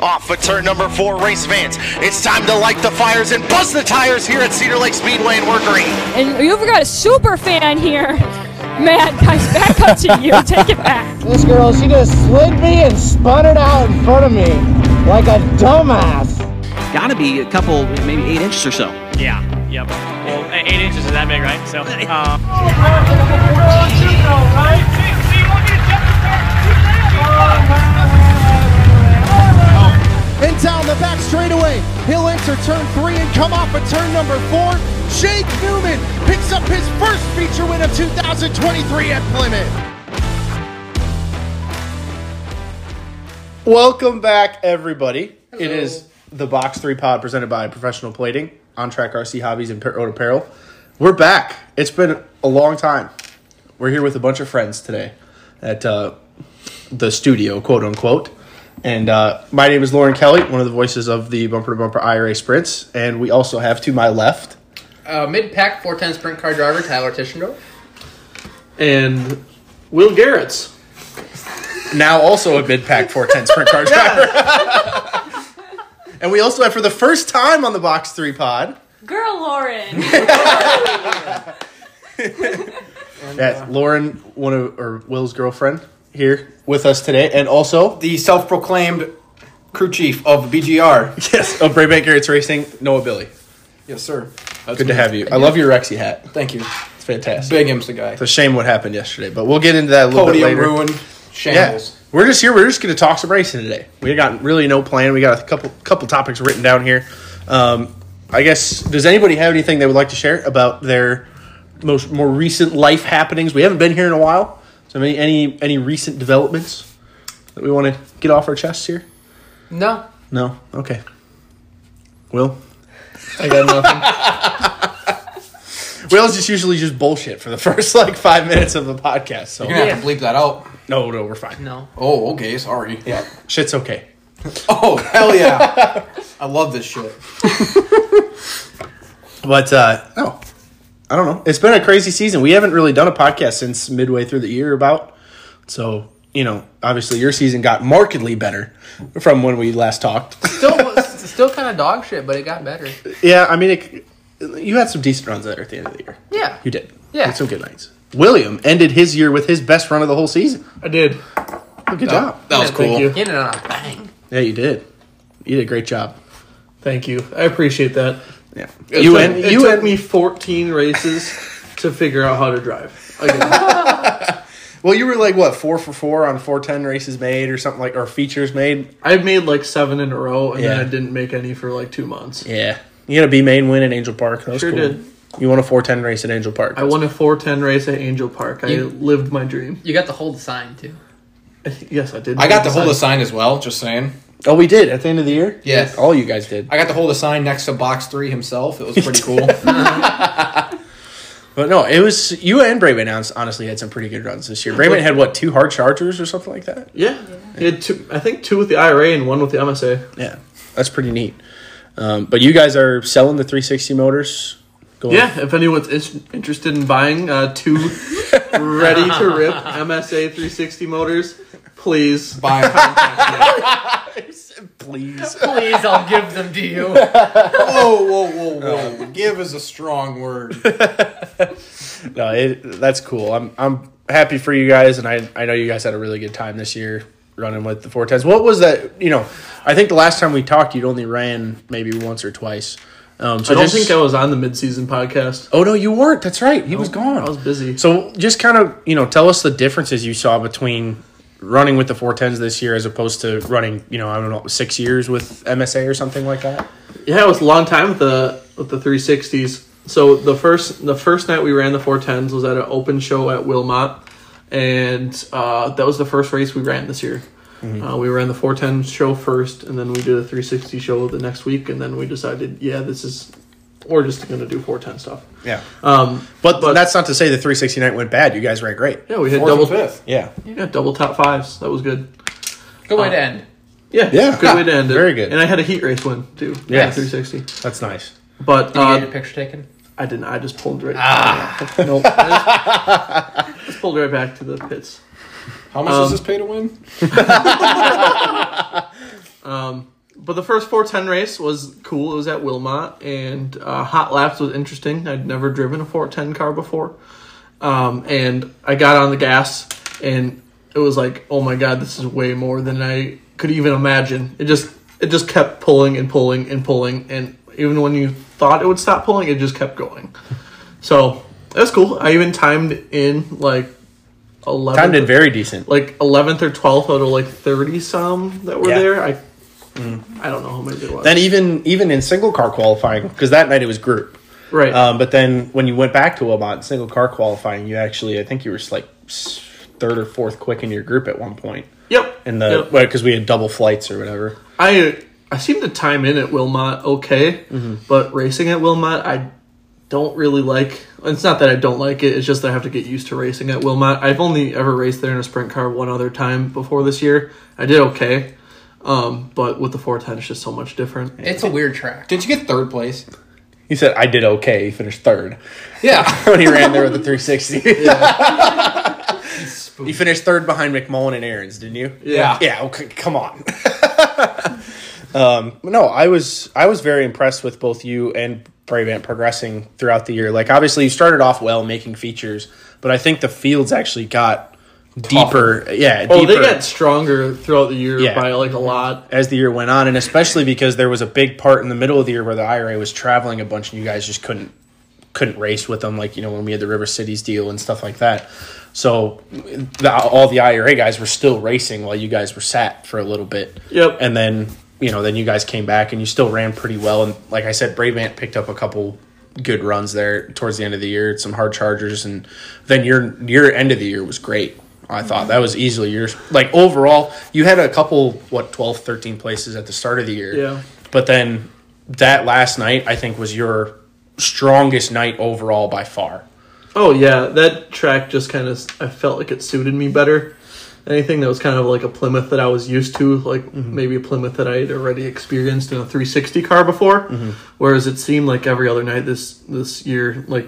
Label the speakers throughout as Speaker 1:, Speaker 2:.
Speaker 1: off of turn number four race fans. It's time to light the fires and buzz the tires here at Cedar Lake Speedway in Workery.
Speaker 2: And you've got a super fan here. Matt, guys, back up to you. Take it back.
Speaker 3: This girl, she just slid me and spun it out in front of me like a dumbass.
Speaker 4: Gotta be a couple, maybe eight inches or so.
Speaker 5: Yeah. Yep. Well, e- eight inches is that big, right? So. Uh,
Speaker 6: In town, the back straightaway. He'll enter turn three and come off of turn number four. Jake Newman picks up his first feature win of 2023 at Plymouth. Welcome back, everybody. It is the Box 3 Pod presented by Professional Plating, On Track RC Hobbies, and Road Apparel. We're back. It's been a long time. We're here with a bunch of friends today at uh, the studio, quote unquote. And uh, my name is Lauren Kelly, one of the voices of the Bumper to Bumper IRA Sprints. And we also have to my left,
Speaker 7: Uh, Mid pack, four time sprint car driver Tyler Tischendorf.
Speaker 6: and Will Garrett's now also a mid pack 410 sprint car driver. and we also have, for the first time on the Box 3 pod,
Speaker 2: Girl Lauren.
Speaker 6: that Lauren, one of or Will's girlfriend, here with us today, and also
Speaker 7: The self proclaimed crew chief of BGR.
Speaker 6: yes, of Brayback Garrett's Racing, Noah Billy.
Speaker 7: Yes, sir.
Speaker 6: Good to have you. I love your Rexy hat.
Speaker 7: Thank you.
Speaker 6: It's fantastic.
Speaker 7: Big M's the guy.
Speaker 6: It's a shame what happened yesterday, but we'll get into that a little bit
Speaker 7: Podium
Speaker 6: later.
Speaker 7: ruined.
Speaker 6: Yeah,
Speaker 7: Shambles.
Speaker 6: we're just here. We're just going to talk some racing today. We got really no plan. We got a couple couple topics written down here. Um, I guess does anybody have anything they would like to share about their most more recent life happenings? We haven't been here in a while, so any any, any recent developments that we want to get off our chests here?
Speaker 7: No.
Speaker 6: No, okay. Will
Speaker 7: I got nothing.
Speaker 6: Will's just usually just bullshit for the first like five minutes of the podcast. So
Speaker 7: You're going to have to bleep that out.
Speaker 6: no, no, we're fine.
Speaker 5: no.
Speaker 7: Oh, okay. Sorry. Yeah.
Speaker 6: Shit's okay.
Speaker 7: Oh, hell yeah. I love this shit.
Speaker 6: But uh, no, I don't know. It's been a crazy season. We haven't really done a podcast since midway through the year, about. So you know, obviously your season got markedly better from when we last talked.
Speaker 8: still, still kind of dog shit, but it got better.
Speaker 6: yeah, I mean, it, you had some decent runs there at the end of the year.
Speaker 8: Yeah.
Speaker 6: you did.
Speaker 8: Yeah.
Speaker 6: Had some good nights. William ended his year with his best run of the whole season.
Speaker 5: I did.
Speaker 6: Good job.
Speaker 7: That was cool.
Speaker 5: you.
Speaker 8: Get it on a bang.
Speaker 6: Yeah, you did. You did a great job.
Speaker 5: Thank you. I appreciate that.
Speaker 6: Yeah, you
Speaker 5: took-
Speaker 6: and
Speaker 5: it
Speaker 6: you
Speaker 5: took
Speaker 6: and
Speaker 5: me 14 races to figure out how to drive. Again.
Speaker 6: Well, you were like what four for four on four ten races made or something like or features made.
Speaker 5: I made like seven in a row, and
Speaker 6: Yeah.
Speaker 5: then I didn't make any for like two months.
Speaker 6: Yeah. You had a B main win at Angel Park. That was
Speaker 5: Sure
Speaker 6: cool.
Speaker 5: did.
Speaker 6: You won a 410 race at Angel Park.
Speaker 5: I won a 410 race at Angel Park. I
Speaker 8: You-
Speaker 5: lived my dream.
Speaker 8: You got to hold the sign too.
Speaker 5: Yes, I did.
Speaker 7: I got to hold
Speaker 5: whole.
Speaker 7: a sign as well, just saying.
Speaker 6: Oh, we did at the end of the year?
Speaker 7: Yes.
Speaker 6: All you guys did.
Speaker 7: I got to hold a sign next to Box 3 himself. It was pretty cool.
Speaker 6: But no, it was you and Brayman hon- honestly had some pretty good runs this year. Brayman had what, two hard chargers or something like that?
Speaker 5: Yeah. He had two, I think two with the IRA and one with the MSA.
Speaker 6: Yeah. That's pretty neat. Um, but you guys are selling the 360 motors. Going
Speaker 5: Yeah, if anyone's is- interested in buying uh, two ready to rip MSA 360 motors, please.
Speaker 7: Bye.
Speaker 6: Please.
Speaker 8: Please, I'll give them to you.
Speaker 7: Whoa, whoa, whoa, whoa. Give is a strong word.
Speaker 6: No, it, that's cool. I'm I'm happy for you guys, and I I know you guys had a really good time this year running with the four tens. What was that? You know, I think the last time we talked, you'd only ran maybe once or twice. Um, so
Speaker 5: I don't
Speaker 6: just-
Speaker 5: think I was on the midseason podcast.
Speaker 6: Oh no, you weren't. That's right. He Oh, was gone.
Speaker 5: I was busy.
Speaker 6: So just kind of you know tell us the differences you saw between running with the four tens this year as opposed to running you know I don't know six years with MSA or something like that.
Speaker 5: Yeah, it was a long time with the with the 360s. So the first the first night we ran the 410s was at an open show at Wilmot, and uh, that was the first race we ran this year. Uh, we ran the 410 show first, and then we did a 360 show the next week, and then we decided, yeah, this is we're just gonna do 410 stuff.
Speaker 6: Yeah.
Speaker 5: Um,
Speaker 6: But,
Speaker 5: But-
Speaker 6: that's not to say the 360 night went bad. You guys ran great.
Speaker 5: yeah, we hit
Speaker 7: Fourth
Speaker 5: double
Speaker 7: and fifth.
Speaker 6: Yeah.
Speaker 5: yeah double top fives. That was good.
Speaker 8: Good
Speaker 7: Uh,
Speaker 8: way to end.
Speaker 5: Yeah,
Speaker 6: Yeah. Ah,
Speaker 5: good way to end it.
Speaker 6: Very good.
Speaker 5: And I had a heat race win too.
Speaker 6: Yes.
Speaker 5: 360.
Speaker 6: That's nice.
Speaker 5: But
Speaker 8: Did you
Speaker 5: uh,
Speaker 8: get your picture taken?
Speaker 5: I didn't. I just pulled right. Ah. Nope. I just, just pulled right back to the pits.
Speaker 7: How much does this pay to win?
Speaker 5: Um, but the first 410 race was cool. It was at Wilmot, and uh, Hot Laps was interesting. I'd never driven a 410 car before. Um, and I got on the gas, and it was like, oh my god, this is way more than I could even imagine. It just it just kept pulling and pulling and pulling, and even when you thought it would stop pulling, it just kept going. So that's cool. I even timed in like eleven.
Speaker 6: Time did very decent.
Speaker 5: like eleventh or twelfth out of like thirty some that were
Speaker 6: Yeah. Mm.
Speaker 5: there. I I don't know how many there was.
Speaker 6: Then even even in single car qualifying, because that night it was group.
Speaker 5: right.
Speaker 6: Um, but then when you went back to Wilmot in single car qualifying, you actually I think you were like s- third or fourth quick in your group at one point.
Speaker 5: yep.
Speaker 6: In the
Speaker 5: Yep.
Speaker 6: because we had double flights or whatever.
Speaker 5: I I seem to time in at Wilmot okay,
Speaker 6: Mm-hmm.
Speaker 5: but racing at Wilmot I don't really like. It's not that I don't like it. It's just that I have to get used to racing at Wilmot. I've only ever raced there in a sprint car one other time before this year. I did okay, um, but with the 410, it's just so much different.
Speaker 8: It's a weird track.
Speaker 7: Did you get third place?
Speaker 6: He said I did okay. He finished third
Speaker 7: Yeah.
Speaker 6: when he ran there with the 360. you finished third behind McMullen and Aaron's, didn't you?
Speaker 7: Yeah.
Speaker 6: Yeah, okay, come on. um, no, I was I was very impressed with both you and Brave Ant progressing throughout the year. Like obviously you started off well making features, but I think the fields actually got deeper. Yeah,
Speaker 5: Oh,
Speaker 6: deeper
Speaker 5: they got stronger throughout the year
Speaker 6: Yeah.
Speaker 5: by like a lot.
Speaker 6: as the year went on, and especially because there was a big part in the middle of the year where the IRA was traveling a bunch, and you guys just couldn't couldn't race with them, like you know when we had the River Cities deal and stuff like that. So the, all the IRA guys were still racing while you guys were sat for a little bit.
Speaker 5: Yep.
Speaker 6: And then you know then you guys came back and you still ran pretty well, and like I said, Bravant picked up a couple good runs there towards the end of the year, some hard chargers, and then your your end of the year was great. I thought that was easily yours. Like overall, you had a couple what 12, 13 places at the start of the year.
Speaker 5: Yeah.
Speaker 6: But then that last night, I think was your strongest night overall by far.
Speaker 5: Oh yeah, that track just kind of I felt like it suited me better. Anything that was kind of like a Plymouth that I was used to, like maybe a Plymouth that I had already experienced in a 360 car before. Whereas it seemed like every other night this this year, like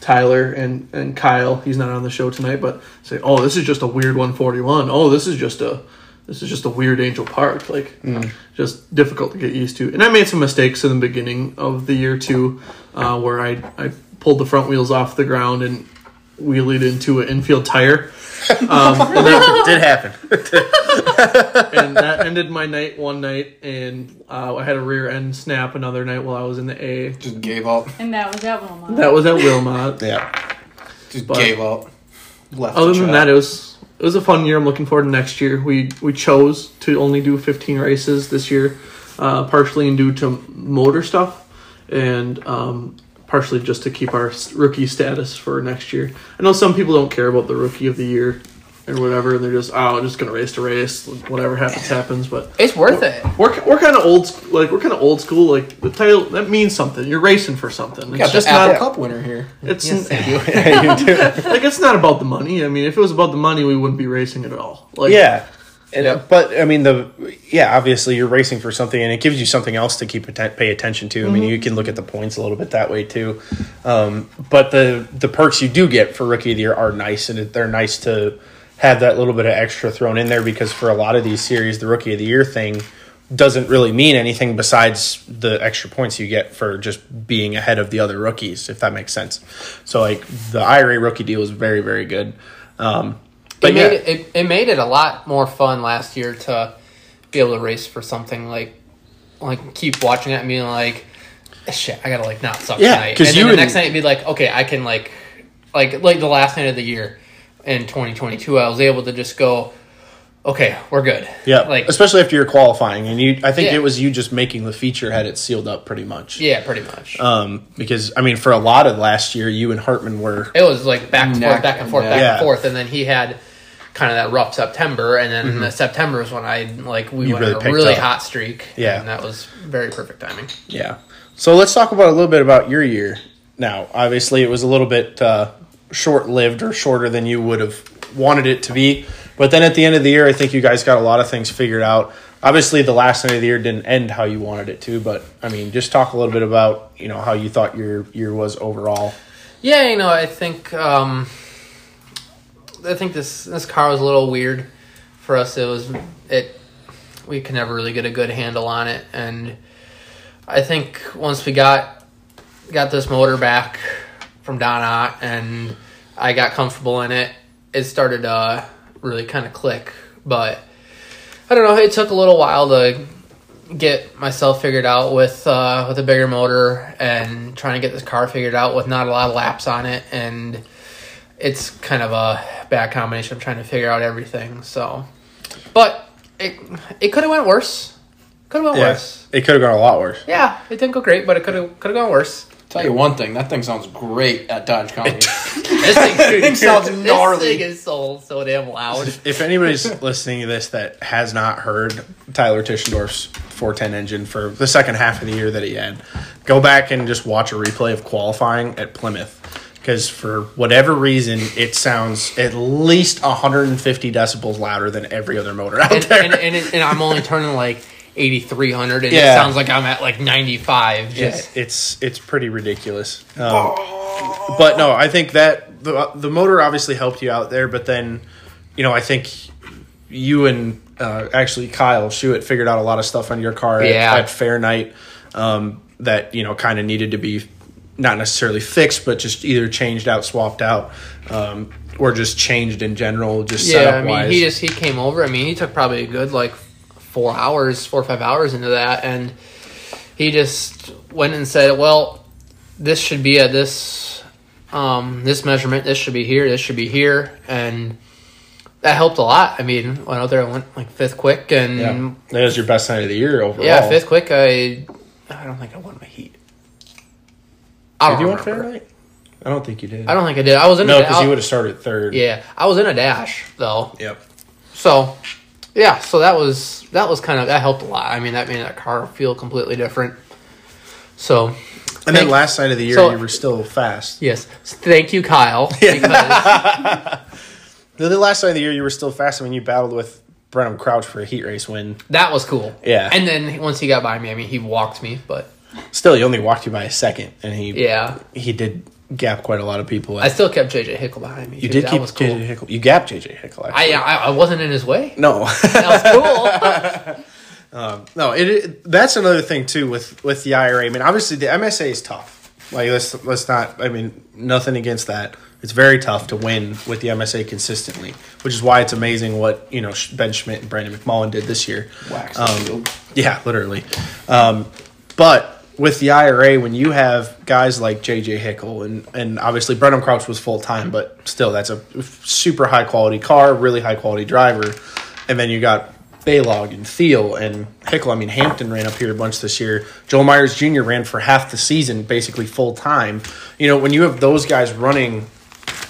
Speaker 5: Tyler and and Kyle, he's not on the show tonight, but say, oh, this is just a weird 141. Oh, this is just a this is just a weird Angel Park, like just difficult to get used to. And I made some mistakes in the beginning of the year too, uh, where I I pulled the front wheels off the ground and wheelied into an infield tire,
Speaker 6: it did happen.
Speaker 5: and that ended my night one night. And uh, I had a rear end snap another night while I was in the A.
Speaker 7: Just gave up.
Speaker 9: And that was that one.
Speaker 5: That was at Wilmot.
Speaker 6: Yeah.
Speaker 7: Just
Speaker 5: But-
Speaker 7: gave up. Left.
Speaker 5: Other
Speaker 7: the
Speaker 5: than
Speaker 7: track.
Speaker 5: that, it was it was a fun year. I'm looking forward to next year. We we chose to only do 15 races this year, uh, partially due to motor stuff, and um, partially just to keep our s- rookie status for next year. I know some people don't care about the rookie of the year or whatever, and they're just oh, I'm just gonna race to race, whatever happens happens. But
Speaker 8: It's worth it.
Speaker 5: we're we're kind of old sc- like we're kind of old school. Like the title that means something. You're racing for something. It's
Speaker 7: Got
Speaker 5: just
Speaker 7: the Apple
Speaker 5: not.
Speaker 7: Cup winner here.
Speaker 5: It's
Speaker 6: Yeah, you do.
Speaker 5: like it's not about the money. I mean, if it was about the money, we wouldn't be racing at all. Like,
Speaker 6: Yeah. And, But I mean the yeah obviously you're racing for something and it gives you something else to keep atten- pay attention to. I
Speaker 8: Mm-hmm.
Speaker 6: mean you can look at the points a little bit that way too. Um, but the the perks you do get for rookie of the year are nice and it- they're nice to have that little bit of extra thrown in there because for a lot of these series the rookie of the year thing doesn't really mean anything besides the extra points you get for just being ahead of the other rookies if that makes sense. So like the IRA rookie deal is very very good. Um, but
Speaker 8: it
Speaker 6: yeah.
Speaker 8: made it, it, it made it a lot more fun last year to be able to race for something like like keep watching it and being like shit I gotta like not suck
Speaker 6: Yeah,
Speaker 8: tonight
Speaker 6: 'cause
Speaker 8: and
Speaker 6: you
Speaker 8: then the
Speaker 6: would-
Speaker 8: next night it'd be like okay I can like like like the last night of the year in 2022 I was able to just go okay we're good
Speaker 6: Yeah,
Speaker 8: like
Speaker 6: especially after you're qualifying, and you, I think
Speaker 8: Yeah.
Speaker 6: it was you just making the feature had it sealed up pretty much.
Speaker 8: yeah pretty much
Speaker 6: Um, because I mean, for a lot of last year, you and Hartman were
Speaker 8: it was like back and forth,
Speaker 7: Neck
Speaker 8: back and
Speaker 7: and
Speaker 8: forth,
Speaker 7: neck.
Speaker 8: back
Speaker 6: Yeah.
Speaker 8: and forth, and then he had kind of that rough September, and then the September was when I like
Speaker 6: Mm-hmm.
Speaker 8: we
Speaker 6: You
Speaker 8: went
Speaker 6: really
Speaker 8: on a
Speaker 6: picked
Speaker 8: really
Speaker 6: up.
Speaker 8: hot streak.
Speaker 6: Yeah.
Speaker 8: and that was very perfect timing.
Speaker 6: yeah. So let's talk about a little bit about your year now. Obviously, it was a little bit uh, short lived or shorter than you would have wanted it to be, but then at the end of the year, I think you guys got a lot of things figured out. Obviously, the last night of the year didn't end how you wanted it to, but I mean, just talk a little bit about you know how you thought your year was overall.
Speaker 8: Yeah, you know, I think um, I think this this car was a little weird for us. It was it we could never really get a good handle on it. And I think once we got got this motor back from Don Ott and I got comfortable in it, it started to really kind of click. But I don't know. It took a little while to get myself figured out with uh, with a bigger motor and trying to get this car figured out with not a lot of laps on it and it's kind of a bad combination of trying to figure out everything so but it it could have went worse could have went worse
Speaker 6: It could have gone a lot worse.
Speaker 8: yeah it didn't go great but it could have could have gone worse
Speaker 7: Tell you one thing, that thing sounds great at Dodge County.
Speaker 8: this thing,
Speaker 7: thing sounds gnarly.
Speaker 8: this thing is so so damn loud
Speaker 6: If anybody's listening to this that has not heard Tyler Tischendorf's 410 engine for the second half of the year that he had, go back and just watch a replay of qualifying at Plymouth. Because for whatever reason, it sounds at least 150 decibels louder than every other motor out
Speaker 8: and
Speaker 6: there.
Speaker 8: and, and, it, and I'm only turning like 8300 and
Speaker 6: Yeah.
Speaker 8: it sounds like I'm at like 95
Speaker 6: Yeah,
Speaker 8: just
Speaker 6: it's it's pretty ridiculous. Um, but no, I think that the the motor obviously helped you out there, but then you know I think you and uh, actually Kyle Shewitt figured out a lot of stuff on your car at-
Speaker 8: Yeah.
Speaker 6: at, Fair Night um, that you know kind of needed to be not necessarily fixed, but just either changed out, swapped out, um, or just changed in general, just
Speaker 8: Yeah,
Speaker 6: setup
Speaker 8: I mean,
Speaker 6: wise.
Speaker 8: he just he came over. I mean, he took probably a good like four hours, four or five hours into that, and he just went and said, "Well, this should be at this um, this measurement. This should be here. This should be here," and that helped a lot. I mean, went out there and went like fifth quick, and
Speaker 6: yeah. That was your best night of the year overall.
Speaker 8: yeah, fifth quick. I I don't think I won my heat. I
Speaker 6: Did
Speaker 8: don't
Speaker 6: you win
Speaker 8: remember.
Speaker 6: Fair Night? I don't think you did.
Speaker 8: I don't think I did. I was in
Speaker 6: No,
Speaker 8: a
Speaker 6: because you
Speaker 8: I-
Speaker 6: would have started third.
Speaker 8: Yeah, I was in a dash though.
Speaker 6: Yep.
Speaker 8: So, yeah, so that was that was kind of that helped a lot. I mean, that made that car feel completely different. So,
Speaker 6: And then
Speaker 8: Thank-
Speaker 6: last night of the year,
Speaker 8: so-
Speaker 6: you were still fast.
Speaker 8: yes, thank you, Kyle. Because,
Speaker 6: The the last night of the year, you were still fast. I mean, you battled with Brenham Crouch for a heat race win.
Speaker 8: that was cool.
Speaker 6: Yeah.
Speaker 8: And then once he got by me, I mean, he walked me, but
Speaker 6: Still, he only walked you by a second, and he
Speaker 8: yeah,
Speaker 6: he did gap quite a lot of people.
Speaker 8: I still kept JJ Hickle behind me.
Speaker 6: you
Speaker 8: too.
Speaker 6: did
Speaker 8: that
Speaker 6: keep
Speaker 8: was cool.
Speaker 6: JJ Hickle. You gapped JJ Hickle.
Speaker 8: I,
Speaker 6: Actually.
Speaker 8: I uh, I wasn't in his way.
Speaker 6: no,
Speaker 8: That was cool.
Speaker 6: no. It, it that's another thing too with with the IRA. I mean, obviously the MSA is tough. Like let's let's not. I mean, nothing against that. It's very tough to win with the MSA consistently, which is why it's amazing what you know Ben Schmidt and Brandon McMullen did this year.
Speaker 7: Wax
Speaker 6: Um,
Speaker 7: shield.
Speaker 6: Yeah, literally. Um, but with the IRA, when you have guys like JJ Hickle and and obviously Brenham Crouch was full time, but still that's a super high quality car, really high quality driver, and then you got Baylog and Thiel and Hickle. I mean Hampton ran up here a bunch this year. Joel Myers Jr. ran for half the season, basically full time. You know when you have those guys running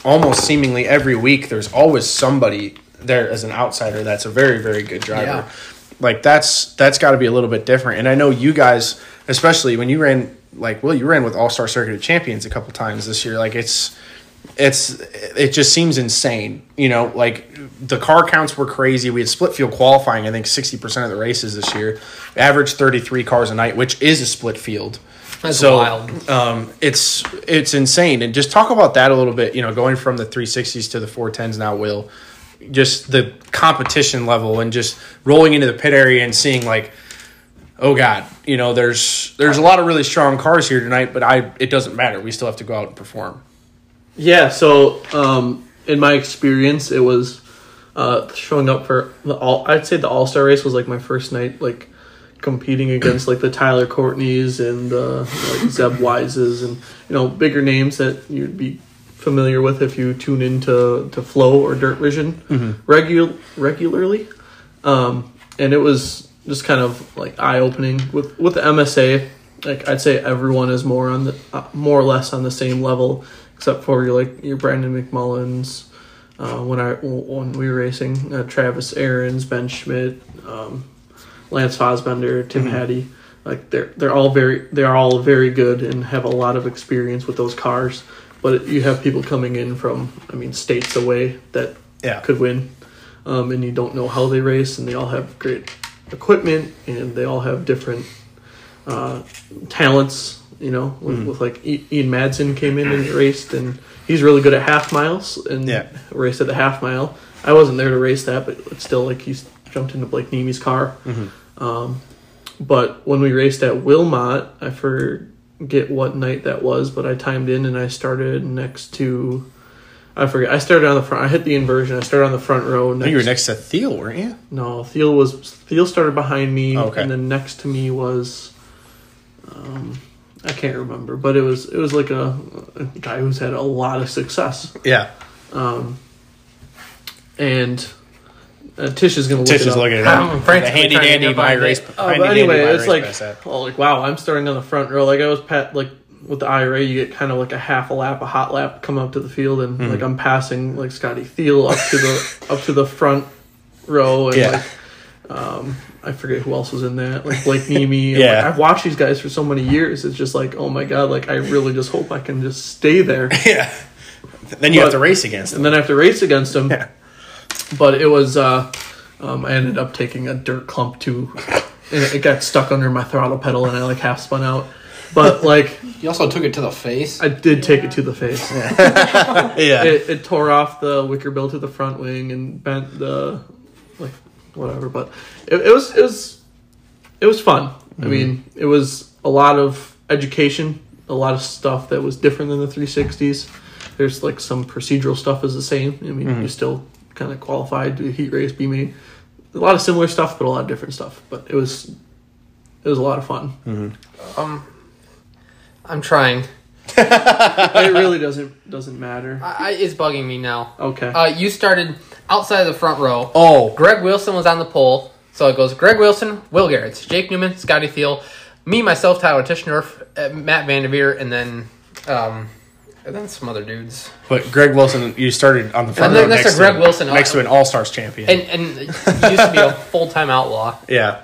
Speaker 6: almost seemingly every week, there's always somebody there as an outsider that's a very very good driver.
Speaker 8: Yeah.
Speaker 6: Like that's that's got to be a little bit different. And I know you guys, especially when you ran like well, you ran with All Star Circuit of Champions a couple times this year. Like it's it's it just seems insane. You know, like the car counts were crazy. We had split field qualifying. I think sixty percent of the races this year, average thirty three cars a night, which is a split field.
Speaker 8: That's wild.
Speaker 6: Um, it's it's insane. And just talk about that a little bit. You know, going from the 360s to the 410s now, Will, just the competition level and just rolling into the pit area and seeing like, oh God, you know, there's there's a lot of really strong cars here tonight, but I it doesn't matter. We still have to go out and perform.
Speaker 5: Yeah, so um, in my experience, it was uh, showing up for the all. I'd say the All Star race was like my first night, like competing against like the Tyler Courtneys and uh, like Zeb Wises and you know bigger names that you'd be familiar with if you tune into to Flow or Dirt Vision regu- regularly. Um, and it was just kind of like eye opening with with the MSA. Like I'd say everyone is more on the uh, more or less on the same level, except for your like your Brandon McMullins. Uh, when I when we were racing, uh, Travis Aaron's, Ben Schmidt, um, Lance Fosbender, Tim Hattie, like they're they're all very they're all very good and have a lot of experience with those cars. But you have people coming in from I mean states away that
Speaker 6: Yeah.
Speaker 5: could win, um, and you don't know how they race, and they all have great equipment, and they all have different uh, talents. You know, with, with like I- Ian Madsen came in and raced, and he's really good at half miles and
Speaker 6: Yeah.
Speaker 5: raced at the half mile. I wasn't there to race that, but it's still like he's jumped into Blake Nemy's car. Um, but when we raced at Wilmot, I forget what night that was, but I timed in and I started next to. I forget. I started on the front. I hit the inversion. I started on the front row.
Speaker 6: I think you were next to Thiel, weren't you?
Speaker 5: No, Thiel was Thiel started behind me,
Speaker 6: Oh, Okay.
Speaker 5: and then next to me was, um, I can't remember, but it was it was like a, a guy who's had a lot of success,
Speaker 6: Yeah.
Speaker 5: and uh, Tish is gonna look
Speaker 6: Tish
Speaker 5: it
Speaker 6: is
Speaker 5: up.
Speaker 6: looking at
Speaker 8: I'm
Speaker 6: it. The
Speaker 8: frantically
Speaker 6: handy
Speaker 8: trying to
Speaker 6: dandy
Speaker 8: get
Speaker 6: my
Speaker 8: by
Speaker 6: race.
Speaker 8: it.
Speaker 5: Oh,
Speaker 6: handy
Speaker 5: but
Speaker 6: dandy
Speaker 5: anyway,
Speaker 6: my
Speaker 5: it's
Speaker 6: race
Speaker 5: like,
Speaker 6: pass app.
Speaker 5: oh, like wow, I'm starting on the front row. Like I was pat like with the IRA, you get kind of like a half a lap, a hot lap, come up to the field, and
Speaker 6: Hmm.
Speaker 5: like I'm passing like Scotty Thiel up to the up to the front row, and
Speaker 6: Yeah.
Speaker 5: like, um, I forget who else was in that, like Blake Nemi. And,
Speaker 6: Yeah.
Speaker 5: like, I've watched these guys for so many years. It's just like, oh my god, like I really just hope I can just stay there
Speaker 6: Yeah. Then you have
Speaker 5: But-
Speaker 6: to race against them.
Speaker 5: and then I have to race against him.
Speaker 6: Yeah.
Speaker 5: But it was, uh, um, I ended up taking a dirt clump too. And it got stuck under my throttle pedal and I like half spun out. But like,
Speaker 8: You also took it to the face.
Speaker 5: I did take it to the face.
Speaker 6: Yeah.
Speaker 5: It, it tore off the wicker bill to the front wing and bent the, like, whatever. But it, it was, it was, it was fun. I mean, it was a lot of education, a lot of stuff that was different than the 360s. There's like some procedural stuff is the same. I mean, you're still kind of qualified to heat race, be main. A lot of similar stuff, but a lot of different stuff. But it was, it was a lot of fun.
Speaker 8: I'm trying.
Speaker 5: it really doesn't doesn't matter.
Speaker 8: I, I, it's bugging me now.
Speaker 5: Okay.
Speaker 8: Uh, you started outside of the front row.
Speaker 6: oh,
Speaker 8: Greg Wilson was on the pole. So it goes Greg Wilson, Will Garrett, Jake Newman, Scotty Thiel, me, myself, Tyler Tischendorf, uh, Matt Vanderveer, and then um, and then some other dudes.
Speaker 6: but Greg Wilson, you started on the front
Speaker 8: then
Speaker 6: row
Speaker 8: next
Speaker 6: next
Speaker 8: to Greg
Speaker 6: him,
Speaker 8: Wilson.
Speaker 6: next to an All Stars champion.
Speaker 8: And and he used to be a full time outlaw.
Speaker 6: Yeah.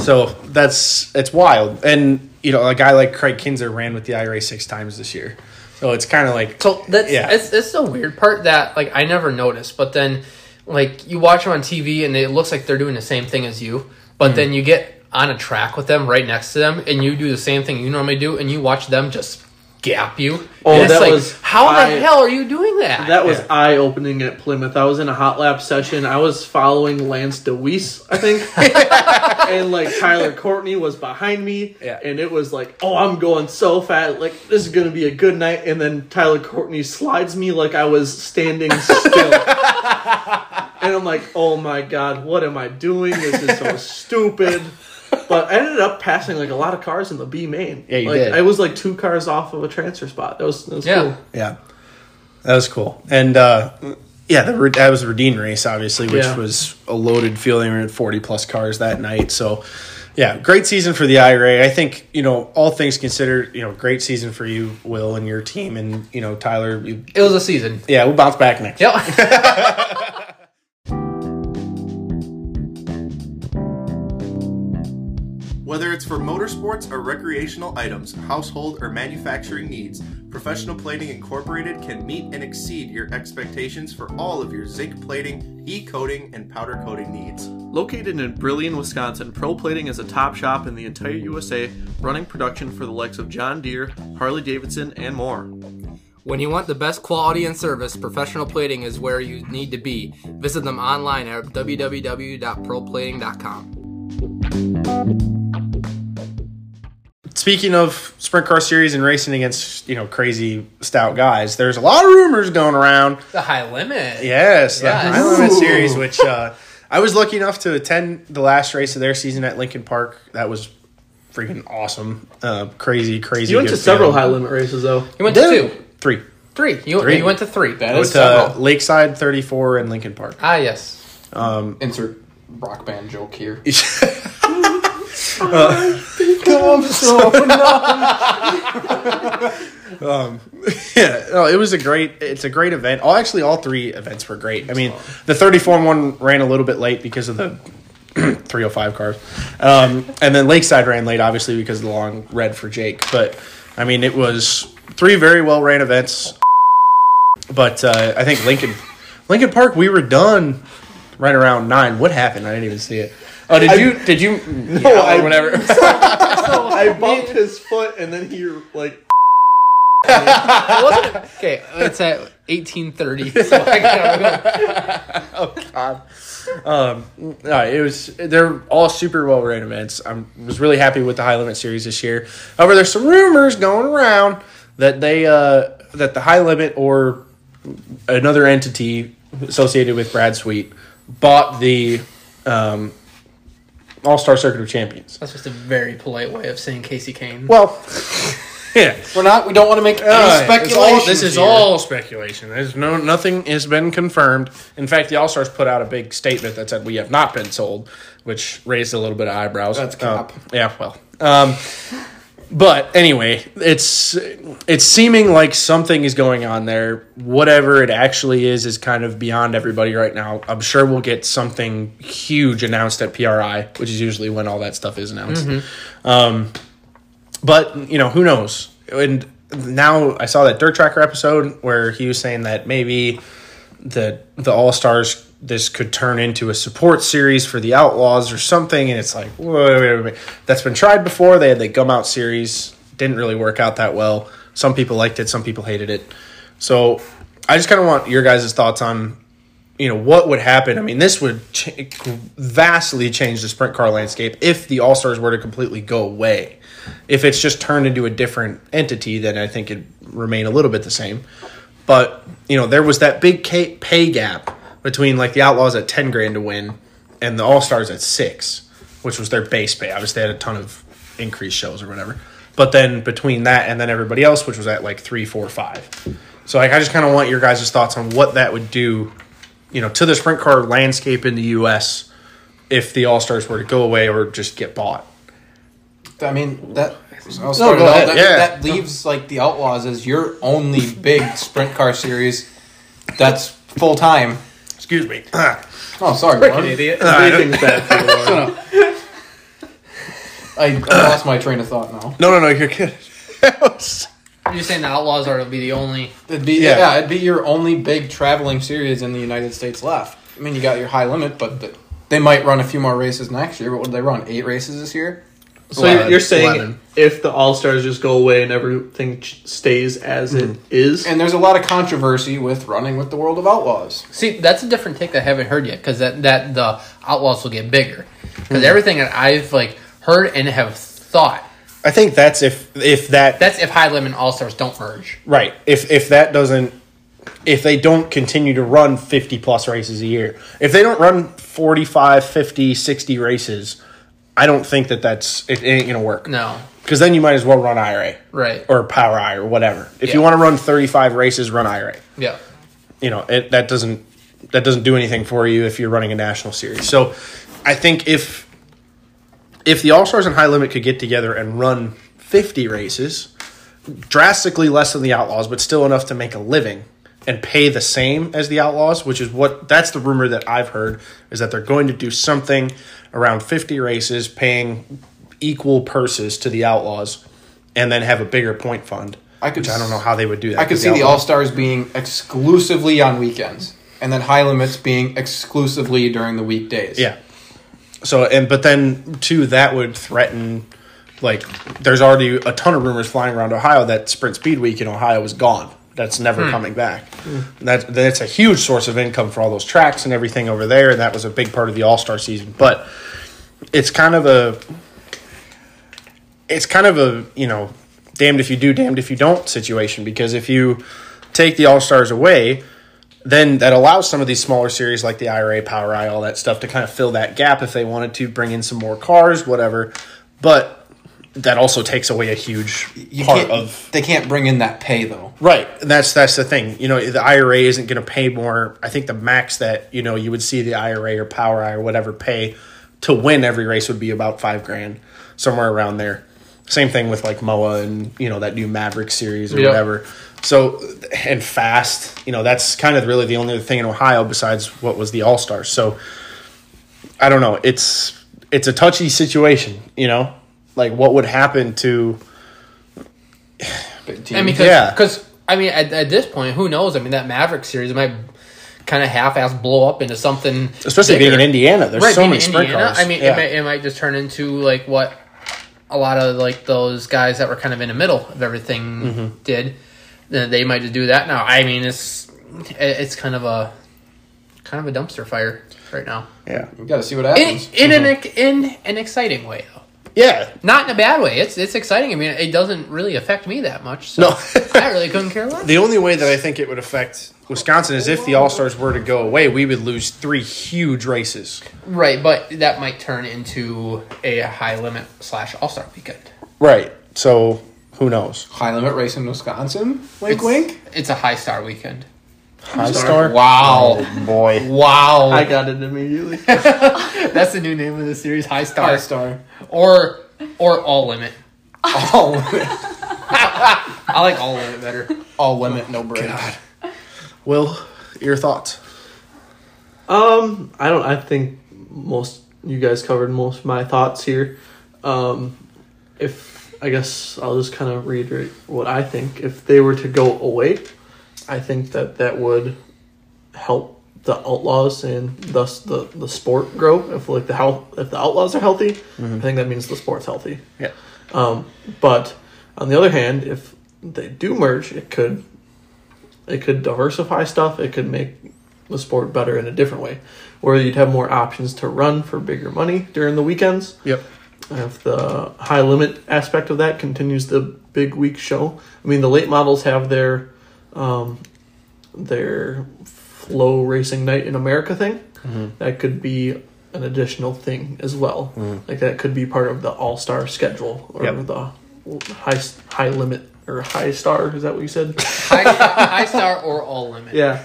Speaker 6: So that's it's wild. And you know, a guy like Craig Kinzer ran with the IRA six times this year. So it's kind of like
Speaker 8: So that's
Speaker 6: Yeah.
Speaker 8: it's it's the weird part that like I never noticed, but then like you watch them on TV and it looks like they're doing the same thing as you, but
Speaker 5: Hmm.
Speaker 8: then you get on a track with them right next to them and you do the same thing you normally do and you watch them just gap you.
Speaker 5: Oh,
Speaker 8: and it's
Speaker 5: that
Speaker 8: like,
Speaker 5: was-
Speaker 8: how
Speaker 5: I-
Speaker 8: the hell are you doing that?
Speaker 5: That was eye opening at Plymouth. I was in a hot lap session. I was following Lance DeWeese, I think. and like Tyler Courtney was behind me.
Speaker 6: Yeah.
Speaker 5: And it was like, oh, I'm going so fast. Like, this is going to be a good night. And then Tyler Courtney slides me like I was standing still. and I'm like, oh my God, what am I doing? This is so stupid. But I ended up passing like a lot of cars in the B main.
Speaker 6: Yeah, you
Speaker 5: like,
Speaker 6: did.
Speaker 5: I was like two cars off of a transfer spot. That was, that was
Speaker 8: Yeah.
Speaker 5: cool.
Speaker 6: yeah, that was cool. And uh, yeah, the, Re- that was the Redeem race, obviously, which
Speaker 5: Yeah.
Speaker 6: was a loaded field. They ran forty plus cars that night. So yeah, great season for the IRA. I think you know all things considered, you know, great season for you, Will, and your team, and you know Tyler. You,
Speaker 8: it was a season.
Speaker 6: yeah, we'll bounce back next.
Speaker 8: Yep.
Speaker 9: Whether it's for motorsports or recreational items, household or manufacturing needs, Professional Plating Incorporated can meet and exceed your expectations for all of your zinc plating, e coating, and powder coating needs.
Speaker 5: Located in Brillion, Wisconsin, Pro Plating is a top shop in the entire USA, running production for the likes of John Deere, Harley Davidson, and more.
Speaker 8: When you want the best quality and service, professional plating is where you need to be. Visit them online at www.proplating.com.
Speaker 6: Speaking of sprint car series and racing against you know crazy stout guys, there's a lot of rumors going around.
Speaker 8: The high limit.
Speaker 6: Yes, the
Speaker 8: Yes.
Speaker 6: High Limit series, which uh, I was lucky enough to attend the last race of their season at Lincoln Park. That was freaking awesome, uh, crazy, crazy.
Speaker 5: You went
Speaker 6: good
Speaker 5: to several
Speaker 6: field.
Speaker 5: high limit races, though.
Speaker 8: You went to
Speaker 6: Did-
Speaker 8: two.
Speaker 6: three.
Speaker 8: Three. You,
Speaker 6: Three.
Speaker 8: you went to three.
Speaker 7: That
Speaker 6: I went
Speaker 7: is
Speaker 6: to
Speaker 5: uh,
Speaker 7: several.
Speaker 6: Lakeside 34 and Lincoln Park.
Speaker 8: Ah, yes.
Speaker 7: Insert rock band joke here.
Speaker 6: yeah, no, it was a great. It's a great event. All actually, all three events were great. I mean, the 34 one ran a little bit late because of the 305 cars, um, and then Lakeside ran late, obviously because of the long red for Jake. But I mean, it was three very well ran events. But uh, I think Lincoln, Lincoln Park, we were done right around nine. What happened? I didn't even see it. Oh, did you? Did you? No,
Speaker 5: I-
Speaker 6: whatever.
Speaker 5: I bumped his foot, and then he like
Speaker 8: Okay, it's at 1830. So I gotta go.
Speaker 6: All right, uh, it was. They're all super well ran events. I was really happy with the high limit series this year. However, there's some rumors going around that they uh, that the high limit or another entity associated with Brad Sweet bought the um, All Star Circuit of Champions.
Speaker 8: That's just a very polite way of saying Casey Kane.
Speaker 6: Well, yeah.
Speaker 7: We're not. We don't want to make any
Speaker 6: It's all-
Speaker 7: speculation.
Speaker 6: This is all speculation. There's no nothing has been confirmed. In fact, the All Stars put out a big statement that said we have not been sold, which raised a little bit of eyebrows.
Speaker 7: That's cap.
Speaker 6: Uh, yeah, well. Um, but anyway, it's it's seeming like something is going on there. Whatever it actually is is kind of beyond everybody right now. I'm sure we'll get something huge announced at PRI, which is usually when all that stuff is announced. Um, but you know who knows? And now I saw that Dirt Tracker episode where he was saying that maybe the the All Stars this could turn into a support series for the Outlaws or something, and it's like wait, wait, wait, wait. that's been tried before. They had the Gum Out series, didn't really work out that well. Some people liked it, some people hated it. So I just kind of want your guys' thoughts on you know what would happen. I mean, this would ch- vastly change the sprint car landscape if the All Stars were to completely go away. If it's just turned into a different entity, then I think it'd remain a little bit the same. But you know, there was that big ca- pay gap between like the Outlaws at ten grand to win and the All Stars at six, which was their base pay. Obviously, they had a ton of increased shows or whatever. But then between that and then everybody else, which was at like three, four, five. So like, I just kind of want your guys' thoughts on what that would do, you know, to the sprint car landscape in the U.S. If the All Stars were to go away or just get bought.
Speaker 7: I mean that. No,
Speaker 6: go ahead,
Speaker 7: That,
Speaker 6: yeah.
Speaker 7: that leaves like the Outlaws as your only big sprint car series that's full time.
Speaker 6: Excuse me.
Speaker 7: Oh, sorry, Lauren.
Speaker 8: idiot.
Speaker 5: Anything's bad for the Lord.
Speaker 7: I, I lost my train of thought now.
Speaker 6: No, no, no. You're kidding.
Speaker 8: You're just saying the Outlaws are to be the only.
Speaker 7: It'd be
Speaker 6: Yeah.
Speaker 7: yeah. it'd be your only big traveling series in the United States left. I mean, you got your high limit, but the, they might run a few more races next year. What would they run? Eight races this year?
Speaker 5: So you're, you're saying
Speaker 6: Eleven.
Speaker 5: if the All Stars just go away and everything ch- stays as
Speaker 7: Mm-hmm.
Speaker 5: it is,
Speaker 7: And there's a lot of controversy with running with the World of Outlaws.
Speaker 8: See, that's a different take that I haven't heard yet because that, that the Outlaws will get bigger. Because
Speaker 7: Hmm.
Speaker 8: everything that I've like heard and have thought,
Speaker 6: I think that's if if that
Speaker 8: that's if High Limit and All Stars don't merge.
Speaker 6: Right. If if that doesn't if they don't continue to run 50 plus races a year. If they don't run 45, 50, 60 races, I don't think that that's it ain't going to work.
Speaker 8: No.
Speaker 6: Cuz then you might as well run IRA
Speaker 8: Right.
Speaker 6: or Power I or whatever. If you
Speaker 8: Yeah.
Speaker 6: want to run 35 races, run IRA.
Speaker 8: Yeah.
Speaker 6: You know, it that doesn't that doesn't do anything for you if you're running a national series. So, I think if if the All Stars and High Limit could get together and run 50 races, drastically less than the Outlaws, but still enough to make a living and pay the same as the Outlaws, which is what that's the rumor that I've heard is that they're going to do something around 50 races, paying equal purses to the Outlaws, and then have a bigger point fund.
Speaker 7: I could
Speaker 6: which I don't know how they would do that.
Speaker 7: I could
Speaker 6: because
Speaker 7: see the All
Speaker 6: Outlaws-
Speaker 7: Stars being exclusively on weekends, and then high limits being exclusively during the weekdays.
Speaker 6: Yeah. So and but then too that would threaten like there's already a ton of rumors flying around Ohio that Sprint Speed Week in Ohio is gone. That's never coming back. That that's a huge source of income for all those tracks and everything over there, and that was a big part of the All Star season. But it's kind of a it's kind of a you know damned if you do, damned if you don't situation because if you take the All Stars away, then that allows some of these smaller series like the IRA, Power Eye, all that stuff to kind of fill that gap if they wanted to bring in some more cars, whatever. But that also takes away a huge
Speaker 7: you
Speaker 6: part
Speaker 7: can't,
Speaker 6: of
Speaker 7: they can't bring in that pay though.
Speaker 6: right. And that's that's the thing. You know, the IRA isn't going to pay more. I think the max that you know you would see the IRA or Power Eye or whatever pay to win every race would be about five grand, somewhere around there. Same thing with like MOA and you know that new Maverick series or
Speaker 8: Yep.
Speaker 6: whatever whatever. So and fast, you know, that's kind of really the only thing in Ohio besides what was the All Stars. So I don't know. It's it's a touchy situation, you know. Like what would happen to
Speaker 8: I mean, cause,
Speaker 6: Yeah.
Speaker 8: 'cause, I mean, at, at this point, who knows? I mean, that Maverick series might kind of half-ass blow up into something,
Speaker 6: especially
Speaker 8: bigger.
Speaker 6: being in Indiana. There's
Speaker 8: right,
Speaker 6: so
Speaker 8: being
Speaker 6: many
Speaker 8: in
Speaker 6: sprint
Speaker 8: Indiana,
Speaker 6: cars.
Speaker 8: I mean,
Speaker 6: Yeah.
Speaker 8: it, might, it might just turn into like
Speaker 6: Mm-hmm.
Speaker 8: what a lot of like those guys that were kind of in the middle of everything did. Then They might just do that now. I mean, it's it- it's kind of a kind of a dumpster fire right now.
Speaker 6: Yeah.
Speaker 7: You got to see what
Speaker 8: In,
Speaker 7: happens.
Speaker 8: in
Speaker 6: mm-hmm.
Speaker 8: an ex- in an exciting way, though.
Speaker 6: Yeah.
Speaker 8: Not in a bad way. It's it's exciting. I mean, it doesn't really affect me that much. So
Speaker 6: No.
Speaker 8: I really couldn't care less.
Speaker 6: The only way that I think it would affect Wisconsin is if the All Stars were to go away, we would lose three huge races.
Speaker 8: Right, but that might turn into a high limit slash all star weekend.
Speaker 6: Right. So who knows?
Speaker 7: High limit race in Wisconsin. Wink, wink.
Speaker 8: It's a high star weekend.
Speaker 6: High star.
Speaker 8: Wow.
Speaker 6: Boy.
Speaker 8: Wow.
Speaker 5: I got it immediately.
Speaker 8: That's the new name of the series, High Star.
Speaker 7: High star.
Speaker 8: Or or All Limit.
Speaker 7: All limit.
Speaker 8: I like All Limit better.
Speaker 7: All limit. No break.
Speaker 6: Will, your thoughts?
Speaker 5: Um, I don't. I think most you guys covered most of my thoughts here. Um, if I guess I'll just kind of reiterate what I think. If they were to go away, I think that that would help the outlaws and thus the the sport grow. If like the health, if the outlaws are healthy, I think that means the sport's healthy.
Speaker 6: Yeah.
Speaker 5: But on the other hand, if they do merge, it could it could diversify stuff. It could make the sport better in a different way, where you'd have more options to run for bigger money during the weekends.
Speaker 6: Yep.
Speaker 5: And If the high limit aspect of that continues the big week show, I mean the late models have their um, their flow racing night in America thing. That could be an additional thing as well. Like that could be part of the all star schedule or
Speaker 6: Yep.
Speaker 5: the high high limit or high star. Is that what you said?
Speaker 8: High, high Star or All Limit.
Speaker 5: yeah,